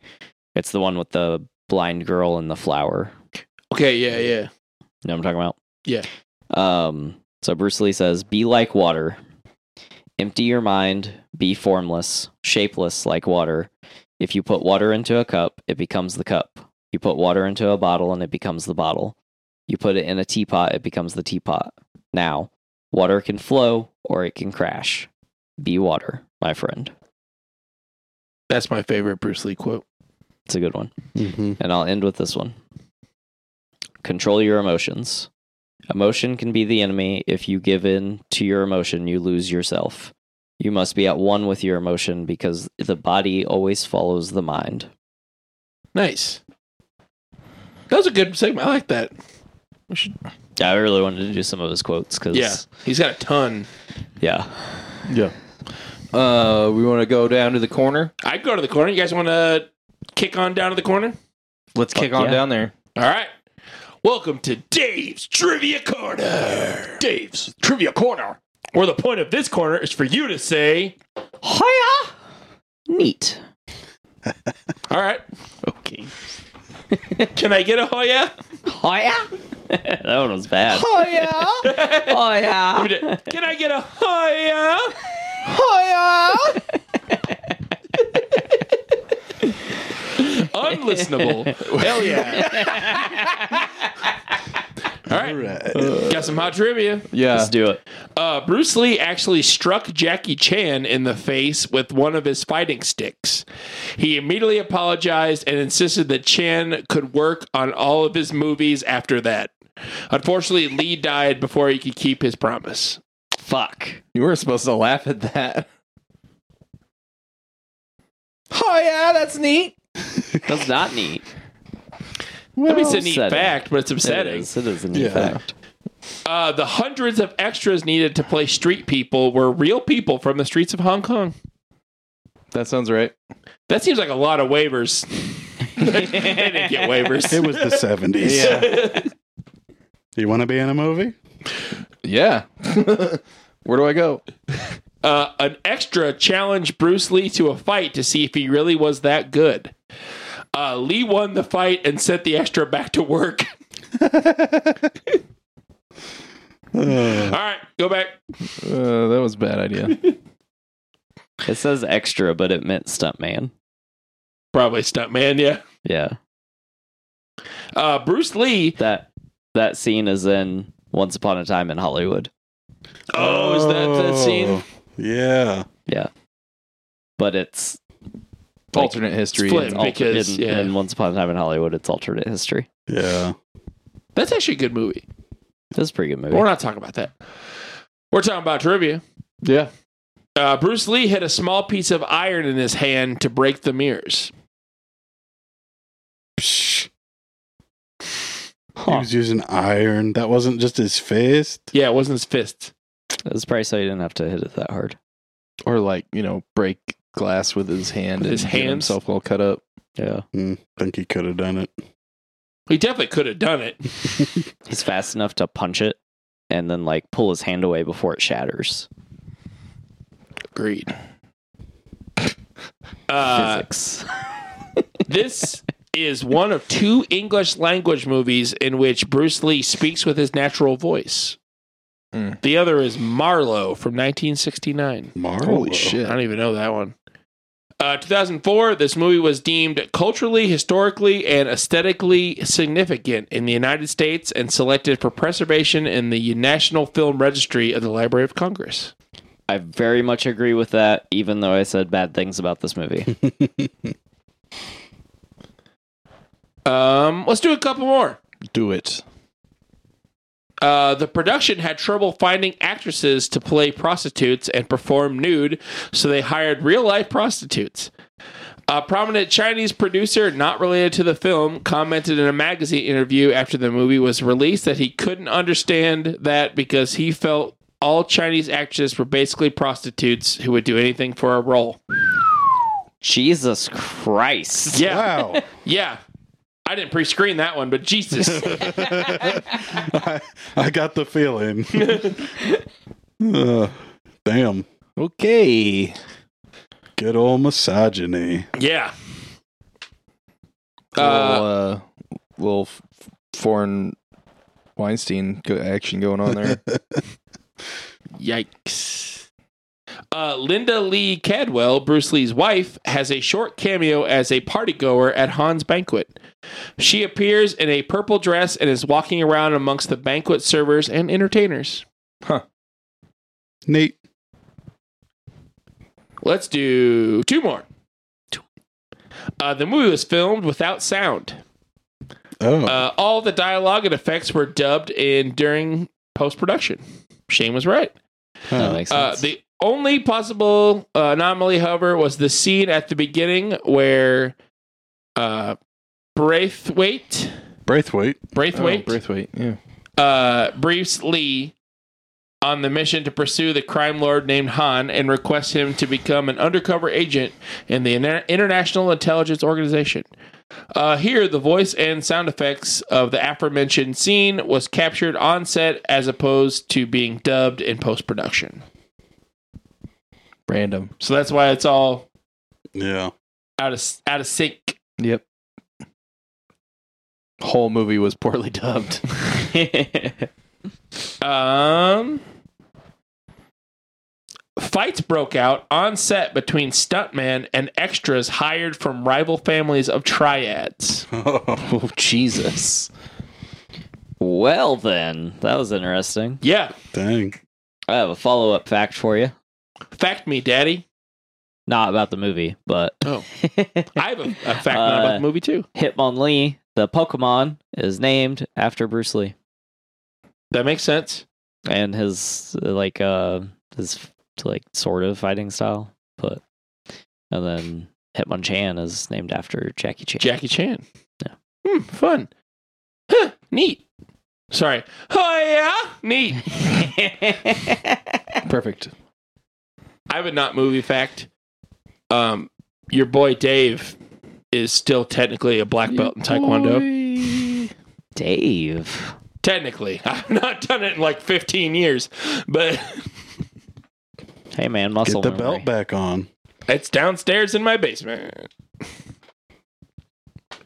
It's the one with the blind girl and the flower.
Okay, yeah, yeah.
You know what I'm talking about?
Yeah.
Um, so Bruce Lee says, Be like water. Empty your mind, be formless, shapeless like water. If you put water into a cup, it becomes the cup. You put water into a bottle and it becomes the bottle. You put it in a teapot, it becomes the teapot. Now, water can flow or it can crash. Be water, my friend.
That's my favorite Bruce Lee quote.
It's a good one.
Mm-hmm.
And I'll end with this one Control your emotions. Emotion can be the enemy. If you give in to your emotion, you lose yourself. You must be at one with your emotion because the body always follows the mind.
Nice. That was a good segment. I like that. We should,
I really wanted to do some of his quotes because,
yeah. He's got a ton.
yeah,
Yeah.
Uh, we want to go down to the corner.
I'd go to the corner. You guys want to kick on down to the corner?
Let's kick on
yeah.
down there.
All right. Welcome to Dave's Trivia Corner. Dave's Trivia Corner, where the point of this corner is for you to say,
Hiya! Neat.
all right,
Okay.
*laughs* can I get a Hoya?
Hiya! *laughs* that one was bad. Hiya! *laughs*
Let me
Hiya!
do- Can I get a Hoya?
Hiya!
Unlistenable. Hell yeah. *laughs* all right. Got some hot trivia.
Yeah.
Let's do it.
Uh, Bruce Lee actually struck Jackie Chan in the face with one of his fighting sticks. He immediately apologized and insisted that Chan could work on all of his movies after that. Unfortunately, Lee died before he could keep his promise.
Fuck.
You were supposed to laugh at that. Oh yeah, that's neat.
That's not neat.
That means it's a neat
upsetting.
fact, but it's
It
upsetting.
is. It is a neat
Yeah.
fact.
Uh, the hundreds of extras needed to play street people were real people from the streets of Hong Kong.
That sounds right.
That seems like a lot of waivers. *laughs* they didn't get waivers.
It was the 70s. You want to be in a movie?
Yeah. *laughs* Where do I go?
uh, an extra challenged Bruce Lee to a fight to see if he really was that good. Uh, Lee won the fight and sent the extra back to work. *laughs* All right, go back.
Uh, that was a bad idea.
It says extra, but it meant stuntman.
Probably stunt man, yeah.
Yeah.
Uh, Bruce Lee.
That that scene is in Once Upon a Time in Hollywood.
Oh, is that the scene?
Yeah.
But it's
*laughs* alternate history.
flip.
and-
Alter-
Because,
in,
yeah.
in Once Upon a Time in Hollywood, it's alternate history.
Yeah.
That's actually a good movie.
That's a pretty good movie.
But we're not talking about that. We're talking about trivia.
yeah.
Uh, Bruce Lee had a small piece of iron in his hand to break the mirrors.
Psh. He
Huh.
was using iron. That wasn't just his fist.
Yeah, it wasn't his fist.
That's probably so you didn't have to hit it that hard.
Or like you know, break glass with his hand.
With his
and get
hands?
himself all cut up.
Yeah.
Mm, think he could have done it.
He definitely could have done it.
He's fast enough to punch it and then like pull his hand away before it shatters.
Agreed. Uh,
Physics.
this is one of two English language movies in which Bruce Lee speaks with his natural voice.
Mm.
The other is Marlowe from 1969.
Marlo. *laughs*
Holy
I
shit!
don't even know that one. Uh, 2004, this movie was deemed culturally, historically, and aesthetically significant in the United States and selected for preservation in the National Film Registry of the Library of Congress.
I very much agree with that, even though I said bad things about
*laughs*
this movie.
Um, let's do a couple more.
Do it.
Uh, the production had trouble finding actresses to play prostitutes and perform nude, so they hired real life prostitutes. A prominent Chinese producer, not related to the film, commented in a magazine interview after the movie was released that he couldn't understand that because he felt all Chinese actresses were basically prostitutes who would do anything for a role.
Jesus Christ.
Yeah.
Wow.
Yeah. I didn't pre screen that one, but Jesus.
I, I got the feeling. Uh, damn.
Okay.
Good old misogyny.
yeah.
little,
Uh,
uh, little f- foreign Weinstein go- action going on there.
Yikes. Uh, Linda Lee Cadwell, Bruce Lee's wife, has a short cameo as a partygoer at Han's banquet. She appears in a purple dress and is walking around amongst the banquet servers and entertainers.
Neat.
Let's do two more. Uh, the movie was filmed without sound.
Oh.
Uh, all the dialogue and effects were dubbed in during post production. Shane was right.
That
huh.
makes
Uh,
sense.
the only possible uh, anomaly, however, was the scene at the beginning where uh, Braithwaite,
Braithwaite.
Braithwaite,
Oh, Braithwaite. Yeah.
uh, briefs Lee on the mission to pursue the crime lord named Han and requests him to become an undercover agent in the Inter- International Intelligence Organization. Uh, here, the voice and sound effects of the aforementioned scene was captured on set as opposed to being dubbed in post production.
Random.
So that's why it's all
Yeah. *laughs*
out of out of sync.
Yep. Whole movie was poorly *laughs*
*laughs*
dubbed.
Um, fights broke out on set between stuntmen and extras hired from rival families of triads.
oh Jesus!
well, then, that was interesting.
Yeah,
Dang.
I have a follow up fact for you.
fact me, daddy.
Not about the movie, but
Oh,
*laughs*
I have a, a fact
Uh,
about the movie too.
Hitmonlee, the Pokemon, is named after Bruce Lee
That makes sense.
and his uh, like uh his like sort of fighting style, but and then Hitmonchan is named after Jackie Chan.
Jackie Chan.
Yeah.
Hmm, fun. Huh, neat. Sorry. Oh yeah, neat.
*laughs*
Perfect.
I would not movie fact. Um, your boy Dave is still technically a black belt in Taekwondo.
Dave.
Technically, *laughs* I've not done it in like 15 years, but *laughs*
Hey man, muscle
Get the
memory.
belt back on.
it's downstairs in my basement.
I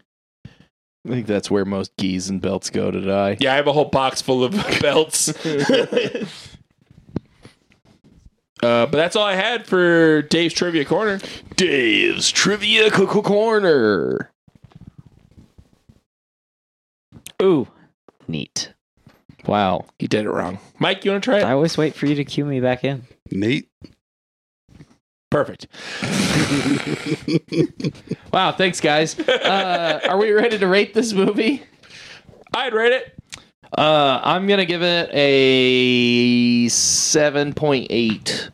think that's where most geese and belts go to
*laughs*
die.
Yeah, I have a whole box full of *laughs* belts. uh, but that's all I had for Dave's trivia corner.
Dave's trivia Coco corner.
Ooh, neat.
Wow.
He did it wrong. Mike, you want to try it?
I always wait for you to cue me back in.
Neat.
Perfect.
Wow, thanks, guys.
*laughs*
Uh, are we ready to rate this movie?
I'd rate it.
Uh, I'm gonna give it a 7.8.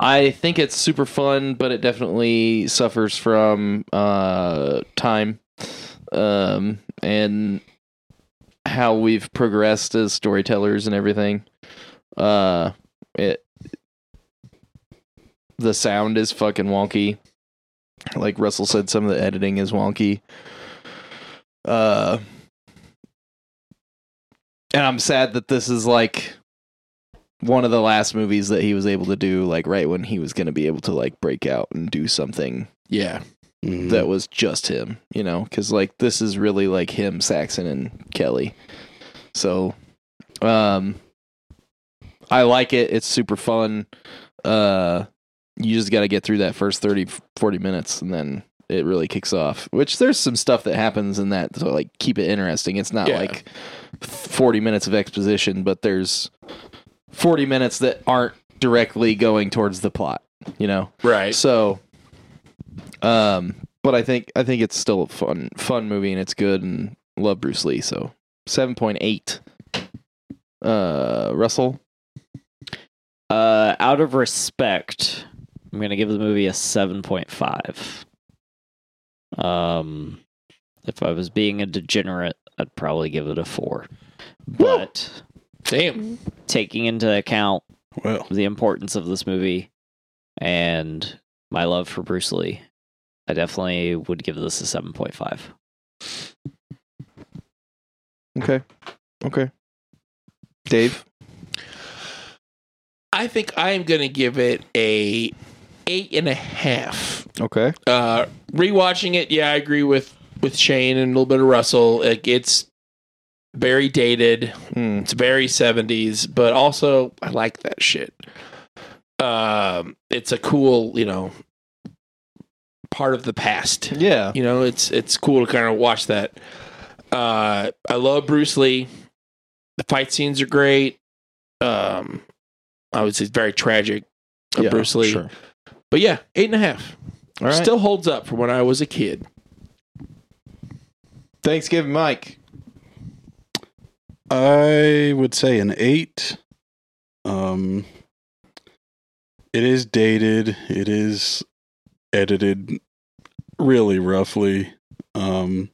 I think it's super fun, but it definitely suffers from uh, time um, and how we've progressed as storytellers and everything. Uh, it the sound is fucking wonky. Like Russell said, some of the editing is wonky. Uh, and I'm sad that this is like one of the last movies that he was able to do like right when he was going to be able to like break out and do something
Yeah.
Mhm.
that was just him, you know, cuz like this is really like him Saxon and Kelly. So um I like it. It's super fun. Uh you just got to get through that first 30 40 minutes and then it really kicks off. Which there's some stuff that happens in that to like keep it interesting. It's not
Yeah.
like 40 minutes of exposition, but there's 40 minutes that aren't directly going towards the plot, you know.
Right.
So, um, but I think I think it's still a fun fun movie and it's good and love Bruce Lee. So seven point eight. Uh, Russell.
Uh, out of respect, I'm gonna give the movie a 7.5. Um, if I was being a degenerate, I'd probably give it a four. But
Damn.
taking into account
well.
the importance of this movie and my love for Bruce Lee, I definitely would give this a 7.5.
Okay. Okay. Dave.
I think I am gonna give it a eight and a half.
Okay.
Uh rewatching it, yeah, I agree with with Shane and a little bit of Russell. Like it's very dated.
Hmm.
It's very 70s, but also I like that shit. Um, it's a cool, you know, part of the past.
Yeah.
You know, it's it's cool to kind of watch that. Uh, I love Bruce Lee. The fight scenes are great. Um, obviously, it's very tragic of
Yeah,
Bruce Lee.
sure.
But yeah, eight and a half.
All right.
Still holds up from when I was a kid.
Thanksgiving, Mike.
I would say an eight. Um, it is dated. It is edited really roughly. Um,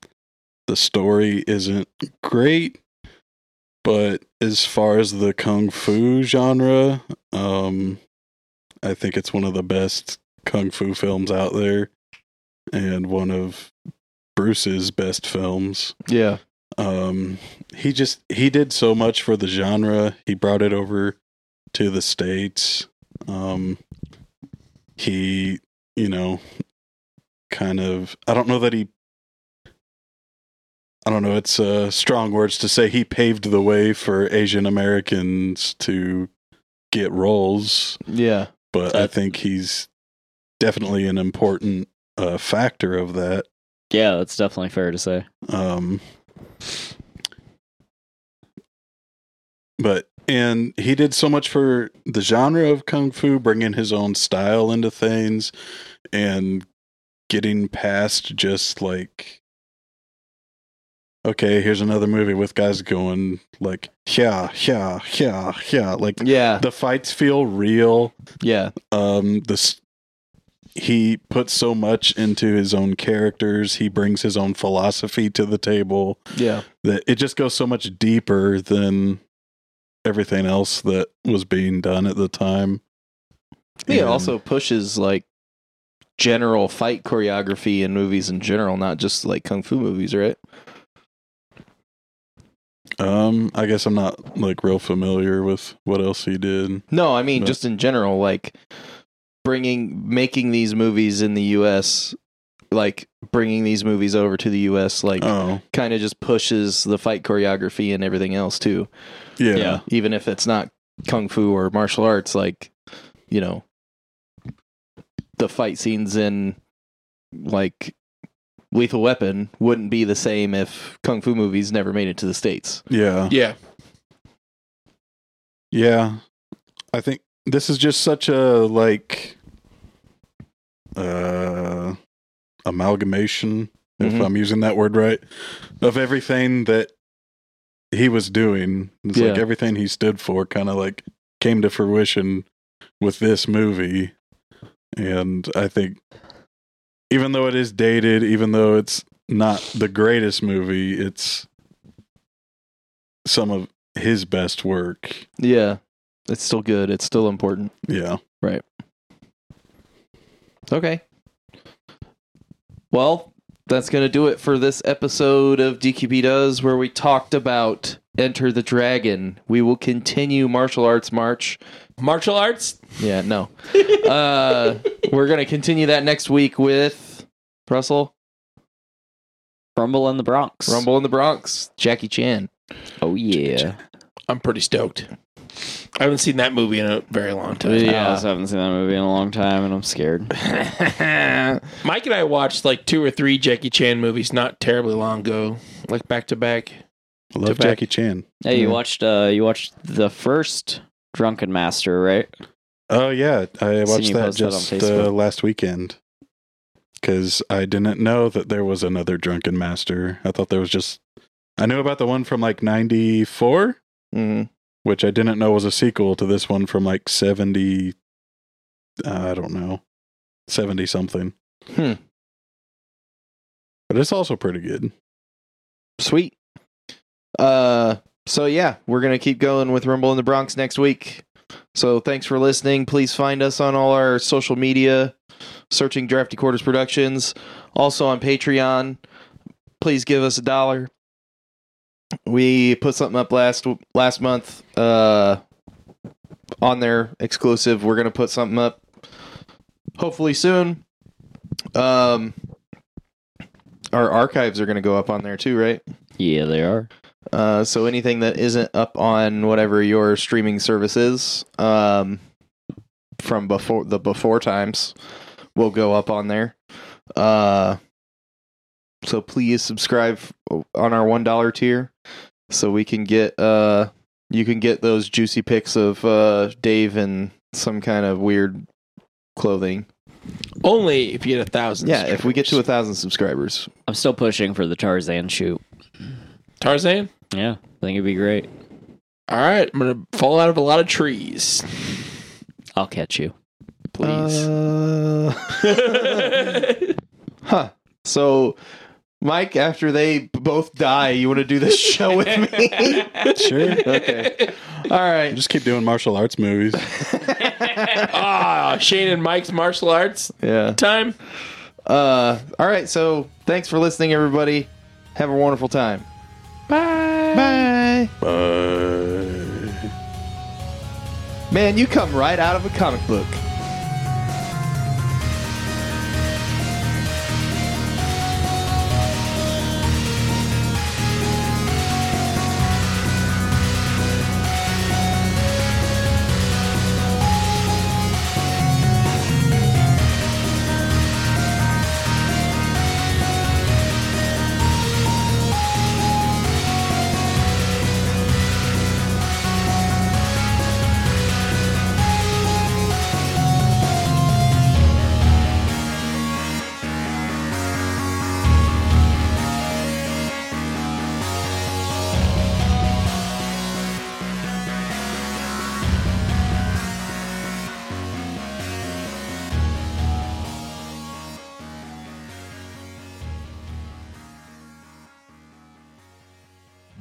the story isn't great, but as far as the kung fu genre, um, I think it's one of the best kung fu films out there, and one of Bruce's best films
Yeah.
um he just he did so much for the genre he brought it over to the states um he you know kind of i don't know that he i don't know it's uh strong words to say he paved the way for asian americans to get roles
Yeah.
but i think he's definitely an important uh factor of that
Yeah, that's definitely fair to say.
um, but and he did so much for the genre of kung fu, bringing his own style into things, and getting past just like, okay, here's another movie with guys going like, yeah, yeah, yeah, yeah, like
Yeah.
the fights feel real
Yeah.
um this he puts so much into his own characters he brings his own philosophy to the table
Yeah.
that it just goes so much deeper than everything else that was being done at the time
I think it
And-
also pushes like general fight choreography in movies in general, not just like kung fu movies, right?
um i guess i'm not like real familiar with what else he did
No, I mean
But-
just in general, like bringing making these movies in the U.S. Like bringing these movies over to the U.S. Like
oh
kind of just pushes the fight choreography and everything else too.
yeah
Yeah.
Even if it's not kung fu or martial arts, like you know, the fight scenes in like Lethal Weapon wouldn't be the same if kung fu movies never made it to the states.
yeah
Yeah.
Yeah. I think this is just such a like uh, amalgamation, if
Mhm.
I'm using that word right, of everything that he was doing. It's like
Yeah.
everything he stood for kind of like came to fruition with this movie. And I think even though it is dated, even though it's not the greatest movie, it's some of his best work.
Yeah. It's still good. It's still important.
Yeah.
Okay. Well, that's going to do it for this episode of DQB Does, where we talked about Enter the Dragon. We will continue Martial Arts March.
Martial arts?
Yeah, no. uh, we're going to continue that next week with Russell,
Rumble in the Bronx.
Rumble in the Bronx, Jackie Chan.
Oh yeah.
I'm pretty stoked. I haven't seen that movie in a very long time.
Yeah.
I also haven't seen that movie in a long time, and I'm scared.
Mm-hmm.
Mike and I watched like two or three Jackie Chan movies not terribly long ago, like back to back.
I love
Tobacco.
Jackie Chan.
Hey, you
Yeah.
watched uh you watched the first Drunken Master, right?
Oh yeah, I watched
you
that
post that on
just uh,
Facebook.
last weekend because I didn't know that there was another Drunken Master. I thought there was just I knew about the one from like '94,
Mhm.
which I didn't know was a sequel to this one from like '70. I don't know, '70 something.
Hmm.
But it's also pretty good.
Sweet. Uh, so yeah, we're gonna keep going with Rumble in the Bronx next week. So thanks for listening. Please find us on all our social media, searching Drafty Quarters Productions. Also on Patreon. Please give us a dollar. We put something up last last month uh, on there exclusive. We're gonna put something up hopefully soon. Um, our archives are gonna go up on there too, right?
Yeah, they are.
Uh, so anything that isn't up on whatever your streaming service is um, from before the before times will go up on there. Uh, so please subscribe on our one dollar tier, so we can get uh, you can get those juicy pics of uh, Dave in some kind of weird clothing.
Only if you get a thousand.
Yeah, if we get to a
subscribers.
thousand subscribers,
I'm still pushing for the Tarzan shoot.
Tarzan.
Yeah, I think it'd be great.
All right, I'm gonna fall out of a lot of trees.
I'll catch you.
please. Uh, *laughs* Huh. So, Mike, after they b- both die, you want to do this show with me?
Sure,
okay. All right.
just keep doing martial arts movies.
Ah, Shane and Mike's martial arts
Yeah.
time.
Uh, all right. So, thanks for listening, everybody. Have a wonderful time. Bye. Bye.
Bye.
Man, you come right out of a comic book.